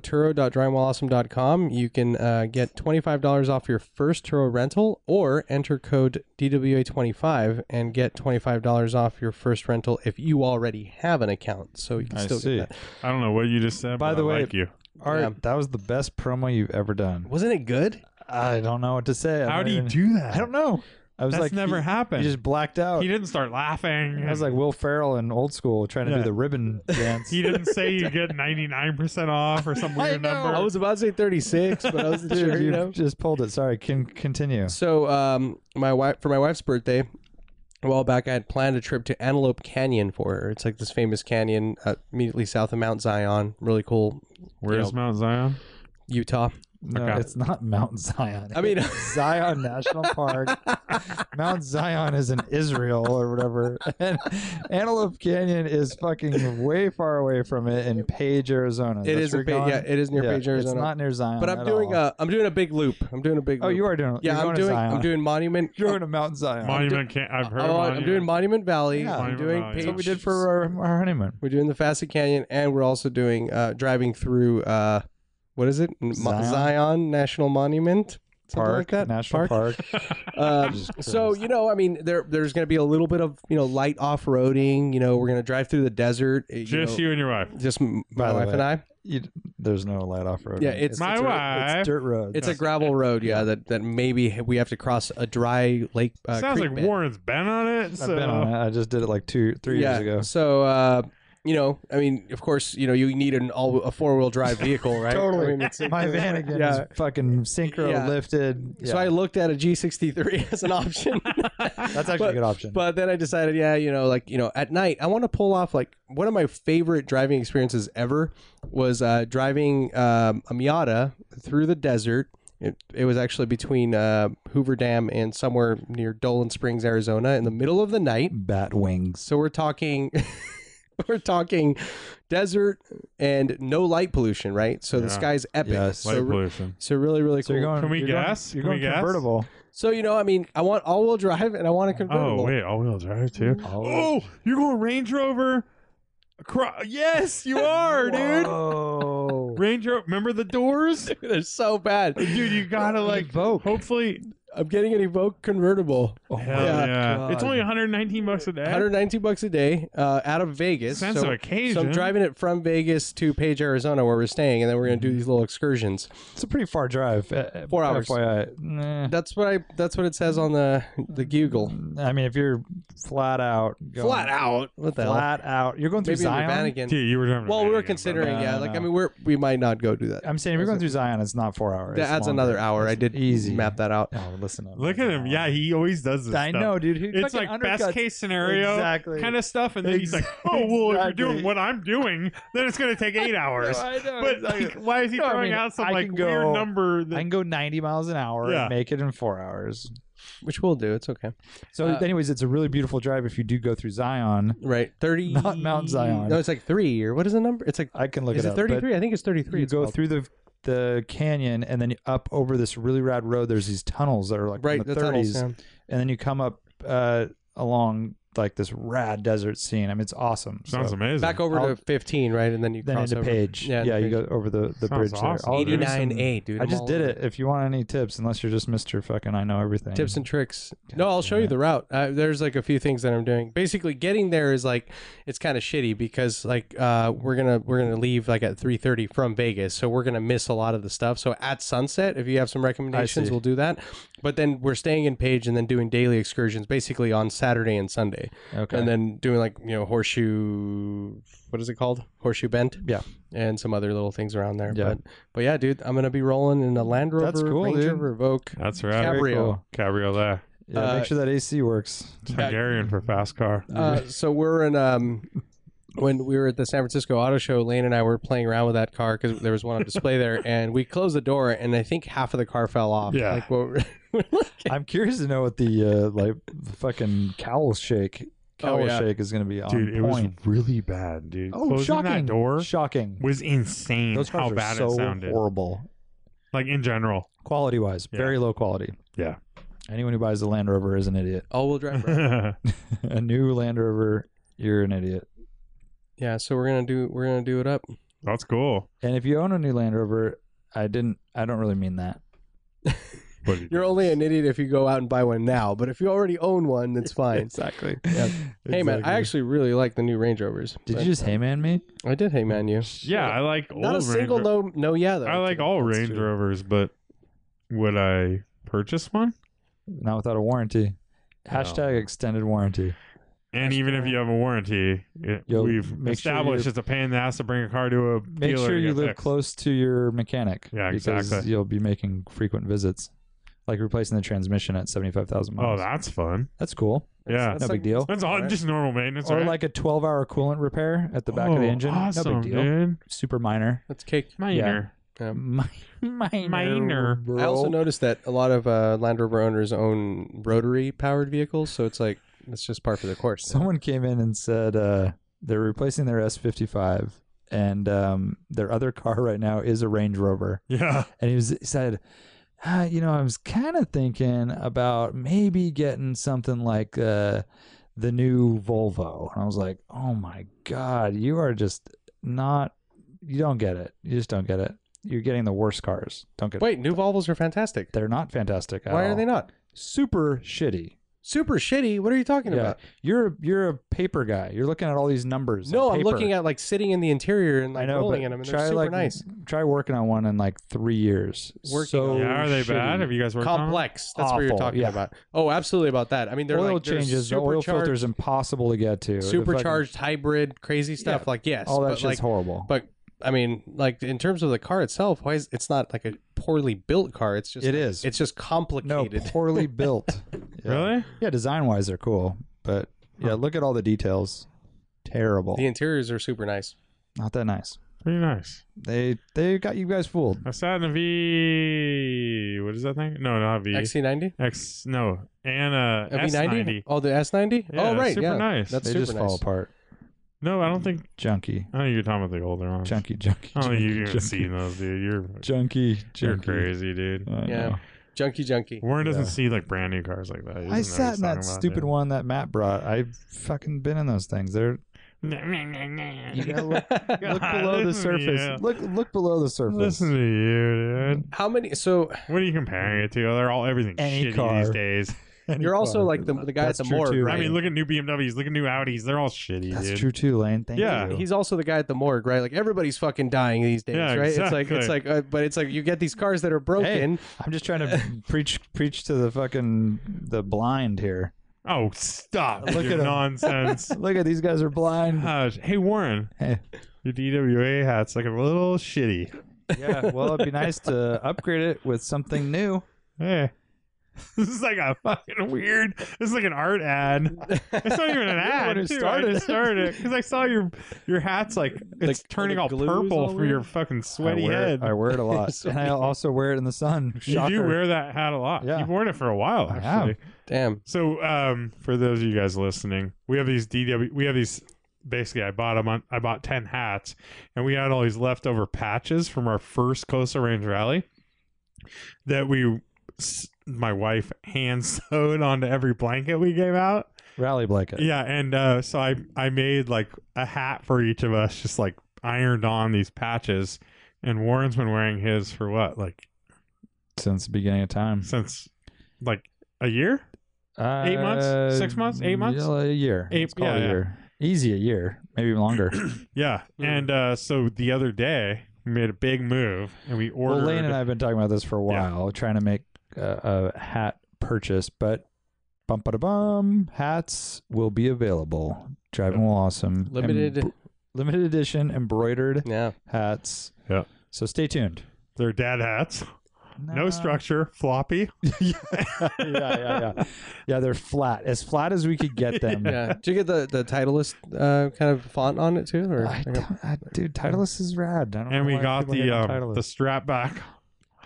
C: Turo.drywallawesome.com. You can uh, get twenty five dollars off your first Turo rental, or enter code DWA twenty five and get twenty five dollars off your first rental if you already have an account. So you can
B: I
C: still
B: see.
C: get that.
A: I don't know what you just said.
B: By
A: but
B: the
A: I
B: way,
A: like you.
B: Art,
C: Yeah.
B: that was the best promo you've ever done.
C: Wasn't it good?
B: I don't know what to say. I'm
A: How
B: not
A: do you
B: even-
A: do that?
B: I don't know. I was
A: That's
B: like,
A: never
B: you,
A: happened.
B: You just blacked out.
A: he didn't start laughing.
B: I was like Will Ferrell in old school trying to
A: Yeah.
B: do the ribbon dance.
A: he didn't say you get 99% off or some
B: I
A: weird
B: know.
A: number.
C: I was about to say thirty six, but I wasn't
B: Dude,
C: sure. You
B: you
C: know,
B: just pulled it. Sorry. Can continue.
C: So, um, my wife for my wife's birthday a while back, I had planned a trip to Antelope Canyon for her. It's like this famous canyon uh, immediately south of Mount Zion. Really cool,
A: Where's
C: know.
A: Mount Zion?
C: Utah.
B: No,
A: Okay.
B: it's not Mount Zion.
C: I mean-
B: It's Zion National Park. Mount Zion is in Israel or whatever. And Antelope Canyon is fucking way far away from it in Page, Arizona.
C: It is in Pa- yeah, it is near Page,
B: It's
C: Arizona.
B: not near Zion.
C: But
B: at
C: I'm doing
B: all.
C: a I'm doing a big loop. I'm doing a big.
B: Oh,
C: loop.
B: you are doing. you're
C: Yeah, I'm
B: going to
C: doing
B: Zion.
C: I'm doing Monument.
B: You're going to Mount Zion.
A: Monument can't. I've heard
C: Oh,
A: of
C: I'm
A: Monument.
C: doing Monument Valley.
B: Yeah.
C: I'm
A: Monument
C: doing.
A: Valley.
C: Page,
B: That's what
A: That's
B: we did for uh, our, our honeymoon.
C: We're doing the Facet Canyon, and we're also doing uh, driving through. Uh, what is it? Mo-
B: Zion?
C: Zion National Monument. Something
B: Park,
C: like that.
B: National
C: Park.
B: Park.
C: Um,
B: Jesus
C: so
B: Christ.
C: you know, I mean, there there's going to be a little bit of you know light off roading. You know, we're going to drive through the desert. uh, You
A: Just
C: know,
A: you and your wife.
C: just m-
B: By
C: my
B: the
C: wife
B: way.
C: and I.
B: You, there's no light off road.
C: Yeah, it's
A: My
C: it's
A: wife.
B: it's dirt road.
C: A, it's a gravel road. Yeah, that that maybe we have to cross a dry lake. Uh,
A: Sounds
C: creek
A: like
C: bed.
A: Warren's been on it.
B: I've
A: So
B: been on it. I just did it like two, three
C: yeah.
B: years ago.
C: So. Uh, you know, I mean, of course, you know, you need an all a four wheel drive vehicle, right?
B: Totally.
C: I mean, it's-
B: My van again
C: Yeah.
B: is fucking synchro
C: Yeah.
B: lifted.
C: So I looked at a G63 as an option.
B: That's actually a good option.
C: But then I decided, yeah, you know, like you know, at night I want to pull off like one of my favorite driving experiences ever was uh, driving um, a Miata through the desert. It, it was actually between uh, Hoover Dam and somewhere near Dolan Springs, Arizona, in the middle of the night.
B: Bat wings.
C: So we're talking, we're talking desert and no light pollution, right? So the
A: Yeah.
C: sky's epic.
B: Yes.
A: light
C: So, re-
A: pollution.
C: so really, really
B: So
C: cool.
B: you're going.
A: Can we
B: you're Going,
A: guess? Can
B: you're
A: we
B: going
A: guess?
B: convertible.
C: so you know, I mean, I want all wheel drive and I want a convertible.
A: Oh wait, all wheel drive too.
B: Oh.
A: Oh, you're going Range Rover. Acro- yes, you are, dude.
B: Oh,
A: Range Rover. Remember the doors,
C: They're so bad.
A: dude. You gotta like.
B: Evoque.
A: Hopefully,
C: I'm getting an Evoque convertible.
A: hell
C: my
A: yeah.
B: God.
A: It's only 119 bucks
B: Eh?
A: a day.
C: 119 bucks a day uh, out of Vegas.
A: Sense
C: so,
A: of occasion.
C: so I'm driving it from Vegas to Page, Arizona, where we're staying, and then we're gonna
B: Mm-hmm.
C: do these little excursions.
B: It's a pretty far drive. uh,
C: Four hours.
B: FYI. Nah.
C: That's what I. That's what it says on the the Google.
B: I mean, if you're flat out, going,
C: Flat out. What the hell?
B: flat out, you're going through
C: Maybe in
B: Zion.
C: Vanagon.
A: Dude, you were driving. a
C: Well, we
A: van
C: were
A: again,
C: considering.
B: No,
C: yeah,
B: no,
C: like I
B: no.
C: mean, we're we might not go do that.
B: I'm saying if you're going through Zion, it's not four hours.
C: That
B: It's
C: adds
B: longer.
C: another hour. I
B: It's
C: did
B: easy
C: map that out.
B: Oh listen to him.
A: Look at him. Yeah, he always does this.
B: I
A: stuff.
B: know, dude. He
A: It's
B: fucking
A: like best
B: undercuts-
A: case scenario
B: exactly.
A: kind of stuff, and then he's like, "Oh well, if you're
B: Exactly.
A: doing what I'm doing, then it's gonna take eight hours."
B: No, I know,
A: But
B: exactly.
A: like, why is he
B: No, I
A: throwing
B: mean,
A: out some
B: I
A: like
B: can
A: weird
B: go-
A: number?
B: I
A: That,
B: can go 90 miles an hour
A: Yeah.
B: and make it in four hours.
C: which we'll do. It's okay.
B: So,
C: Uh,
B: anyways, it's a really beautiful drive if you do go through Zion.
C: Right, thirty.
B: Not Mount Zion.
C: No, it's like three or what is the number? It's like
B: I can look
C: is
B: it,
C: it
B: up. but
C: thirty three? I think it's thirty three.
B: You go through the the canyon and then up over this really rad road. There's these tunnels that are like
C: right
B: in the,
C: the, tunnels.
B: 30s,
C: Yeah.
B: and then you come up uh, along like this rad desert scene. I mean, it's awesome.
A: sounds
B: so,
A: amazing.
C: Back over
B: I'll-
C: to fifteen, right, and then you
B: Then
C: cross
B: into
C: over.
B: Page,
C: Yeah,
B: yeah,
C: into
B: you
C: Page.
B: go over the the
A: Sounds
B: bridge there.
A: awesome.
B: I'll give
C: Eighty
B: you
C: nine
B: some-
C: A, dude.
B: I
C: I'm
B: just
C: all
B: did
C: over
B: it. If you want any tips, unless you're just Mister Fucking I know everything.
C: tips and tricks.
B: God
C: No, I'll show you
B: damn
C: the route. Uh, there's like a few things that I'm doing. Basically, getting there is like it's kind of shitty because like uh, we're gonna we're gonna leave like at 3:30 from Vegas, so we're gonna miss a lot of the stuff. So at sunset, if you have some recommendations,
B: see.
C: we'll do that. But then we're staying in Page and then doing daily excursions, basically on Saturday and Sunday,
B: okay.
C: and then doing like you know horseshoe. What is it called? Horseshoe Bend.
B: Yeah.
C: and some other little things around there.
B: Yeah.
C: But but yeah, dude, I'm gonna be rolling in a Land Rover,
B: That's cool,
C: Range
B: dude.
C: Rover Evoque.
A: That's right.
C: Cabri-
B: Very
C: Cabrio.
B: cool.
A: Cabriolet.
B: Yeah,
C: Uh,
B: make sure that AC works.
A: It's Hungarian for fast car.
C: Uh, so we're in um when we were at the San Francisco Auto Show, Lane and I were playing around with that car because there was one on display there, and we closed the door, and I think half of the car fell off.
A: Yeah.
C: like what we're-
B: I'm curious to know what the uh, like the fucking cowl shake
C: Oh,
B: cowl
C: yeah.
B: shake is going to be on
A: dude, it was
B: point.
A: really bad, dude.
B: oh,
A: Closing
B: shocking!
A: that door
B: Shocking.
A: was insane.
B: Those cars
A: how
B: are
A: bad
B: so
A: it sounded.
B: horrible.
A: Like in general.
B: Quality wise,
A: Yeah.
B: very low quality.
A: Yeah.
B: Anyone who buys the Land Rover is an idiot.
C: all-wheel drive. right?
A: yeah,
B: a new Land Rover, you're an idiot.
C: yeah, so we're gonna do we're gonna do it up.
A: that's cool.
B: And if you own a new Land Rover, I didn't. I don't really mean that.
A: But it-
C: You're only an idiot if you go out and buy one now, but if you already own one, that's fine.
B: Exactly.
C: Hey man, I actually really like the new Range Rovers.
B: Did
C: but
B: you just hey man me?
C: I did. Hey man, you.
A: yeah, I like
C: Not a
A: old Range
C: single
A: Ro-
C: no no yeah though.
A: I like
C: to
A: all
C: that.
A: Range Rovers, but would I purchase one?
B: Not without a warranty. Hashtag extended warranty.
A: And even if you have a warranty, it,
B: Yo,
A: we've
B: make sure
A: established
B: you're-
A: it's a pain in the ass to bring a car to a
B: Make
A: dealer
B: sure
A: to
B: you
A: get
B: live
A: fixed.
B: close to your mechanic.
A: Yeah,
B: Because
A: exactly.
B: you'll be making frequent visits, like replacing the transmission at seventy-five thousand
A: Oh,
B: miles.
A: that's fun.
B: that's cool.
A: Yeah,
B: no big deal.
A: that's all just normal maintenance.
B: or
A: right?
B: like a twelve-hour coolant repair at the back of the
A: Oh,
B: engine.
A: Awesome,
B: no big deal.
A: dude.
B: Super minor.
C: That's cake.
A: Minor.
B: Minor.
A: Minor.
B: bro.
C: I also noticed that a lot of uh, Land Rover owners own rotary powered vehicles, so it's like it's just part of the course.
B: Someone came in and said uh, they're replacing their S55, and um, their other car right now is a Range Rover.
A: Yeah.
B: And he, was, he said, ah, you know, I was kind of thinking about maybe getting something like uh, the new Volvo. And I was like, oh my God, you are just not, you don't get it. You just don't get it. You're getting the worst cars. Don't get it.
C: Wait, new Volvos are fantastic.
B: They're not fantastic. at
C: Why are
B: all.
C: they not?
B: Super shitty.
C: Super shitty. What are you talking
B: Yeah.
C: about?
B: You're you're a paper guy. You're looking at all these numbers.
C: No,
B: on
C: I'm
B: paper.
C: looking at like sitting in the interior and
B: I
C: like
B: know,
C: rolling
B: but
C: in them, and they're
B: try
C: super
B: like
C: nice.
B: try working on one in like three years.
C: Working
B: so
C: on it.
A: yeah. Are they
B: Oh, shitty.
A: bad? Have you guys worked on?
C: Complex. That's what you're
B: Awful,
C: talking
B: yeah.
C: about. Oh, absolutely about that. I mean, they're
B: oil
C: like they're
B: changes. The oil
C: supercharged-
B: filter's impossible to get to. The fucking-
C: supercharged hybrid crazy stuff. Like yes,
B: all that
C: but
B: shit's
C: like
B: horrible.
C: but I mean, like in terms of the car itself, why is it's not like a poorly built car? It's just
B: It
C: like-
B: is.
C: It's just
B: no,
C: complicated.
B: poorly built. Yeah.
A: Really?
B: Yeah, design wise they're cool, but yeah, look at all the details. Terrible.
C: The interiors are super nice.
B: Not that nice.
A: Pretty nice.
B: They they got you guys fooled.
A: I sat in a V. What is that thing? No, not V.
C: XC90,
A: X- no, and
C: A
A: a
C: V90.
A: S90.
C: Oh, the S90.
A: Yeah,
C: oh, right.
A: super
C: yeah,
A: nice.
C: That's
B: they
C: super
B: just
C: nice.
B: fall apart.
A: No, I don't think.
B: Junky,
A: I think you're talking about the older ones. Oh,
B: junky, junky.
A: I don't think
B: junky,
A: you've even
B: junky.
A: seen those, dude. You're
B: junky, junky.
A: You're crazy, dude.
B: I
C: Yeah.
B: know.
C: Junky, junky.
A: Warren doesn't
B: Yeah.
A: see like brand new cars like that. He
B: I
A: doesn't know what
B: sat
A: he's
B: in that
A: talking about,
B: stupid one that Matt brought. I've fucking been in those things. They're
A: dude.
B: you gotta look, look
A: God,
B: below the
A: listen to
B: surface.
A: you.
B: Look look below the surface.
A: Listen to you, dude.
C: How many? So
A: What are you comparing it to? They're all everything
B: Any
A: shitty
B: car.
A: these days.
B: Any
C: you're also
B: car.
C: like the, the guy
B: That's
C: at the
B: true,
C: morgue,
B: too.
C: right?
A: I mean, look at new BMWs, look at new Audis. They're all shitty,
B: That's
A: dude.
B: true too, Lane. Thank
A: Yeah.
B: you.
C: He's also the guy at the morgue, right? Like everybody's fucking dying these days,
A: Yeah,
C: right? It's like it's
A: exactly.
C: like, uh, but it's like you get these cars that are broken.
B: I'm just trying to preach preach to the fucking the blind here.
A: Oh, stop!
B: Look
A: Look
B: at
A: at
B: 'em.
A: nonsense.
B: Look at these guys are blind.
A: Gosh. Hey, Warren,
B: Hey.
A: your DWA hat's like a little shitty.
B: yeah. Well, it'd be nice to upgrade it with something new.
A: Hey, this is like a fucking weird. This is like an art ad. It's not even an ad.
B: who
A: too. I
B: started
A: just started because I saw your your hat's like it's
B: Like,
A: turning
B: the
A: all
B: glue's
A: purple
B: all
A: from
B: weird.
A: your fucking sweaty
B: I wear,
A: head.
B: I wear it a lot,
C: So
B: and I also wear it in the sun.
A: you do
B: Shocker.
A: wear that hat a lot.
B: Yeah.
A: You've worn it for a while,
B: I
A: actually.
B: have.
C: Damn.
A: So, um, for those of you guys listening, we have these DW. We have these. Basically, I bought 'em on. I bought ten hats, and we had all these leftover patches from our first Coastal Range rally that we, s- my wife, hand sewed onto every blanket we gave out.
B: rally blanket.
A: Yeah, and uh, so I I made like a hat for each of us, just like ironed on these patches. And Warren's been wearing his for what, like
B: since the beginning of time.
A: since like a year?
B: Uh,
A: months? Six months? Eight months?
B: yeah, A year.
A: Eight-
B: Let's call it
A: yeah,
B: a
A: yeah.
B: year. Easy a year, maybe even longer.
A: Yeah,
B: Hmm.
C: Mm.
A: and uh, so the other day we made a big move and we
B: well,
A: ordered.
B: Lane and I have been talking about this for a
A: Yeah.
B: while, trying to make uh, a hat purchase, but bum ba bum hats will be available. Driving Will Awesome.
C: Limited.
B: Em- limited edition embroidered
C: Yeah.
B: hats.
A: Yeah.
B: So stay tuned.
A: They're dad hats, no
B: Nah.
A: structure, floppy.
B: yeah, yeah, yeah. Yeah, they're flat. As flat as we could get them.
C: Yeah. Do you get the the Titleist uh, kind of font on it too, or
B: I don't, I, dude, Titleist is rad. I don't know
A: And we
B: why
A: got
B: people
A: the
B: hate on
A: um, the
B: Titleist.
A: strap back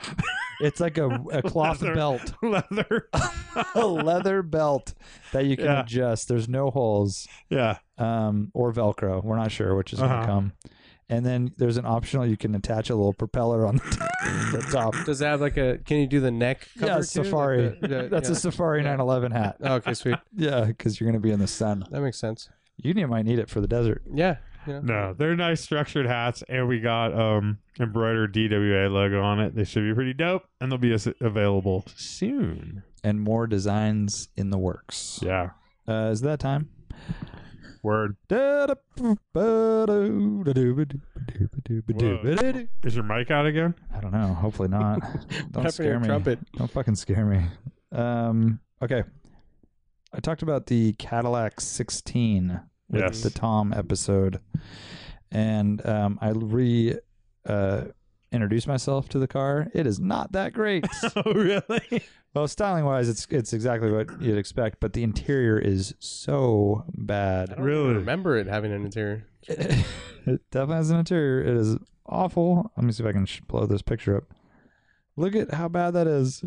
B: It's like a, a cloth
A: leather-
B: belt,
A: leather.
B: a leather belt that you can
A: Yeah.
B: adjust. There's no holes
A: yeah,
B: um, or Velcro. We're not sure which is going
A: Uh-huh.
B: to come. And then there's an optional. You can attach a little propeller on the top. the top.
C: does it have like a? Can you do the neck? Cover
B: Yeah,
C: too?
B: Safari.
C: Like the- the-
B: That's
C: yeah.
B: a Safari
C: Yeah.
B: 911 hat.
C: Oh, okay, sweet.
B: Yeah, because you're going to be in the sun.
C: That makes sense.
B: You need- might need it for the desert.
C: Yeah. You know.
A: no, they're nice structured hats, and we got um embroidered DWA logo on it. They should be pretty dope, and they'll be as- available soon.
B: And more designs in the works.
A: Yeah,
B: Uh, is that time?
A: word.
B: I
A: Is your mic out again?
B: don't know. Hopefully not.
C: What
B: Don't
C: happened to your
B: scare me.
C: trumpet?
B: Don't fucking scare me. Um, okay. I talked about the Cadillac 16 with
A: Yes.
B: the Tom episode, and um, I re uh, introduced myself to the car. It is not that great.
A: Oh, really?
B: well, styling wise, it's it's exactly what you'd expect, but the interior is so bad.
C: I don't even
A: Really?
C: remember it having an interior.
B: it definitely has an interior. It is awful. Let me see if I can sh- blow this picture up. Look at how bad that is.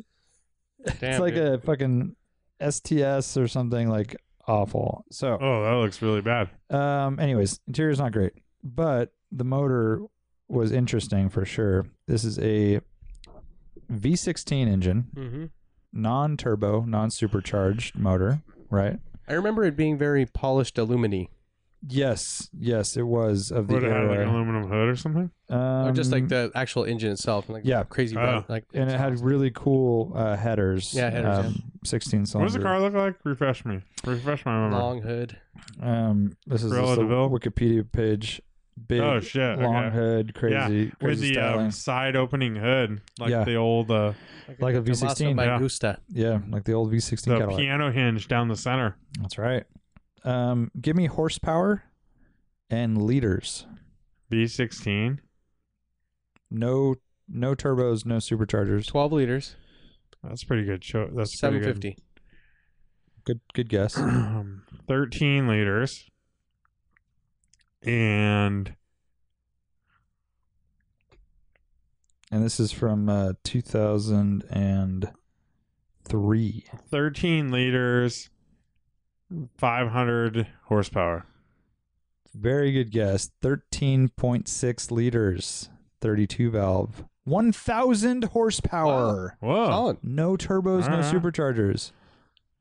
C: Damn,
B: it's like
C: dude.
B: a fucking STS or something like awful. So,
A: Oh, that looks really bad.
C: Oh.
B: um, anyways, interior's not great, but the motor was interesting for sure. This is a V16 engine,
C: Mhm.
B: non-turbo, non-supercharged motor, right?
C: I remember it being very polished aluminy,
B: Yes, yes, it was of the
A: Would it have like an
B: era.
A: aluminum hood or something?
C: or Oh, just like
B: Um,
C: the actual engine itself, and like
B: Yeah.
C: crazy,
A: Oh.
C: round, like
B: and it had really cool uh, headers.
C: Yeah, headers,
B: Um, Sixteen
A: What
B: cylinder.
A: does the car look like? Refresh me. Refresh my memory.
C: long hood.
B: Um, this is just
A: Corolla
B: the
A: DeVille?
B: Wikipedia page. Big,
A: oh shit!
B: long
A: okay.
B: hood, crazy,
A: with
B: crazy
A: the
B: styling.
A: um, side opening hood, like
B: Yeah.
A: the old uh,
B: Like a
C: Tommaso
B: V16,
C: by
A: yeah.
C: Gusta.
B: yeah, like the old V16
A: the
B: Cadillac.
A: piano hinge down the center.
B: That's right. Um, give me horsepower and liters.
A: B sixteen.
B: No, no turbos, no superchargers.
C: twelve liters,
A: That's pretty good. Show. That's pretty
C: seven
A: good.
C: fifty.
B: Good, good guess.
A: Um, Thirteen liters. And
B: And this is from uh, 2003.
A: thirteen liters, five hundred horsepower.
B: Very good guess. 13.6 liters, 32 valve, 1,000 horsepower.
A: Whoa,
C: Solid.
B: No turbos, no
A: Alright.
B: superchargers.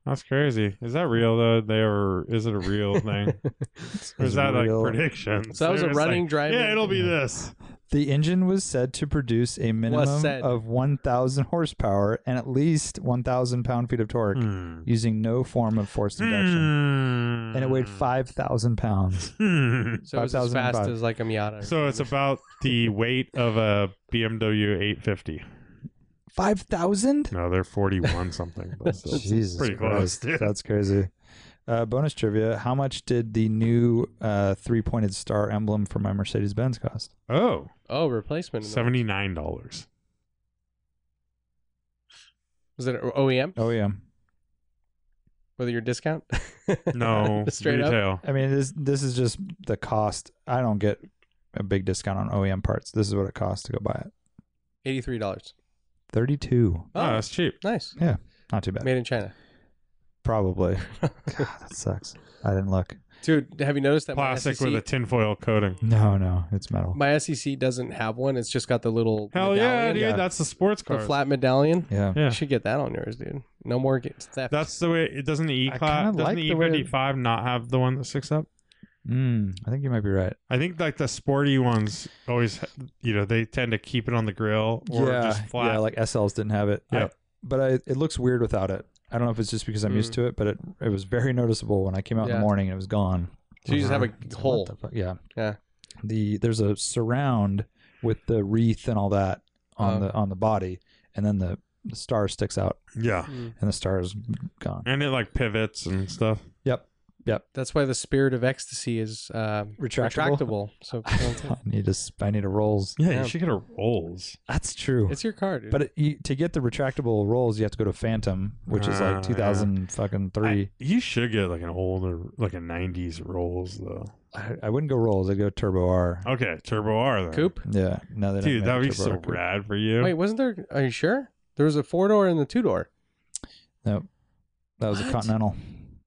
A: that's crazy. Is that real though? They are. Is it a real thing? or is
B: It's
A: that
B: real.
A: like predictions?
C: So that was a
A: They're just
C: running
A: like,
C: driving-
A: Yeah, it'll be this.
B: The engine was said to produce a minimum
C: said.
B: of 1,000 horsepower and at least 1,000 pound feet of torque
A: Hmm.
B: using no form of forced induction. And it weighed
A: Hmm.
B: 5,000 pounds.
A: Hmm.
C: So it was as
B: 5,005.
C: fast as like a Miata.
A: So it's about the weight of a BMW 850.
B: 5,000?
A: No, they're 41 something. But still.
B: Jesus
A: pretty close,
B: Christ.
A: dude.
B: That's crazy. Uh, bonus trivia: How much did the new uh, three-pointed star emblem for my Mercedes Benz cost?
A: oh,
C: oh replacement. in the-
A: $79.
C: Is it OEM?
B: Oh yeah.
C: Whether your discount?
A: No,
C: Just straight up?
A: retail.
B: I mean, this this is just the cost. I don't get a big discount on OEM parts. This is what it costs to go buy it.
C: Eighty three dollars.
B: Thirty two.
A: Oh, that's cheap.
C: nice.
B: Not too bad.
C: Made in China.
B: Probably. God, that sucks. I didn't look.
C: Dude, have you noticed that
A: Plastic
C: my E
A: with a
C: SEC,
A: tinfoil coating.
B: No, no, it's metal.
C: my SEC doesn't have one? It's just got the little
A: Hell yeah,
C: medallion,
A: dude.
B: Yeah.
A: That's the sports
C: the
A: car.
C: flat medallion.
B: Yeah.
A: Yeah.
C: You should get that on yours, dude. No more get theft.
A: That's the way it doesn't the E
B: I
A: class
B: kinda
A: doesn't
B: like
A: the E
B: the way-
A: fifty five not have the one that sticks up?
B: Mm, I think you might be right.
A: I think like the sporty ones always you know, they tend to keep it on the grill or
B: yeah,
A: just flat.
B: yeah. Like SLs didn't have it.
A: Yeah.
B: I- but I, it looks weird without it. I don't know if it's just because I'm used
C: Mm.
B: to it, but it it was very noticeable when I came out in
C: Yeah.
B: the morning and it was gone.
C: so you just have a
B: It's like, what
C: hole.
B: the fuck? Yeah.
C: Yeah.
B: The there's a surround with the wreath and all that on
C: Oh.
B: the on the body, and then the, the star sticks out,
A: yeah.
C: Mm.
B: and the star is gone.
A: And it like pivots and stuff.
C: That's why the spirit of ecstasy is um,
B: Retractable?
C: retractable. So
B: I need a s- I need a rolls.
A: Yeah,
C: Yeah.
A: you should get a rolls.
B: That's true.
C: it's your card. Dude.
B: But it, you, to get the retractable rolls, you have to go to Phantom, which is
A: Ah,
B: like two thousand fucking three.
A: I- you should get like an older like a nineties rolls though.
B: I, I wouldn't go rolls. I'd go Turbo R.
A: Okay, Turbo R then.
C: coupe.
B: Yeah, no, they don't
A: Dude,
B: make
A: that
B: a
A: would be
B: Turbo
A: so
B: R coupe.
A: rad for you.
C: Wait, wasn't there? Are you sure? There was a four door and a two door.
B: That was a
C: What?
B: Continental.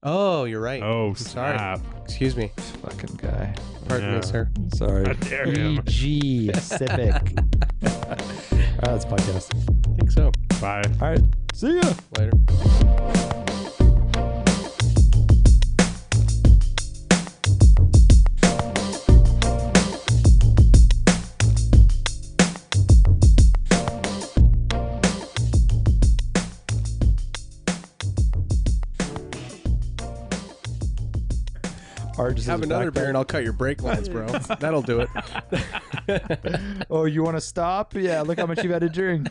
C: Oh, you're right.
A: Oh
C: sorry.
A: snap.
C: Excuse me.
B: Fucking guy.
C: Pardon
A: Yeah.
C: me, sir.
B: Sorry.
A: I dare him.
B: EG Civic. All right, that's podcast.
C: I think so.
A: Bye.
B: All right, see ya.
C: Later.
B: Art just
C: Have
B: has a
C: another
B: backpack.
C: beer and I'll cut your brake lines, bro. That'll do it.
B: Oh, you want to stop? Yeah, look how much you've had to drink.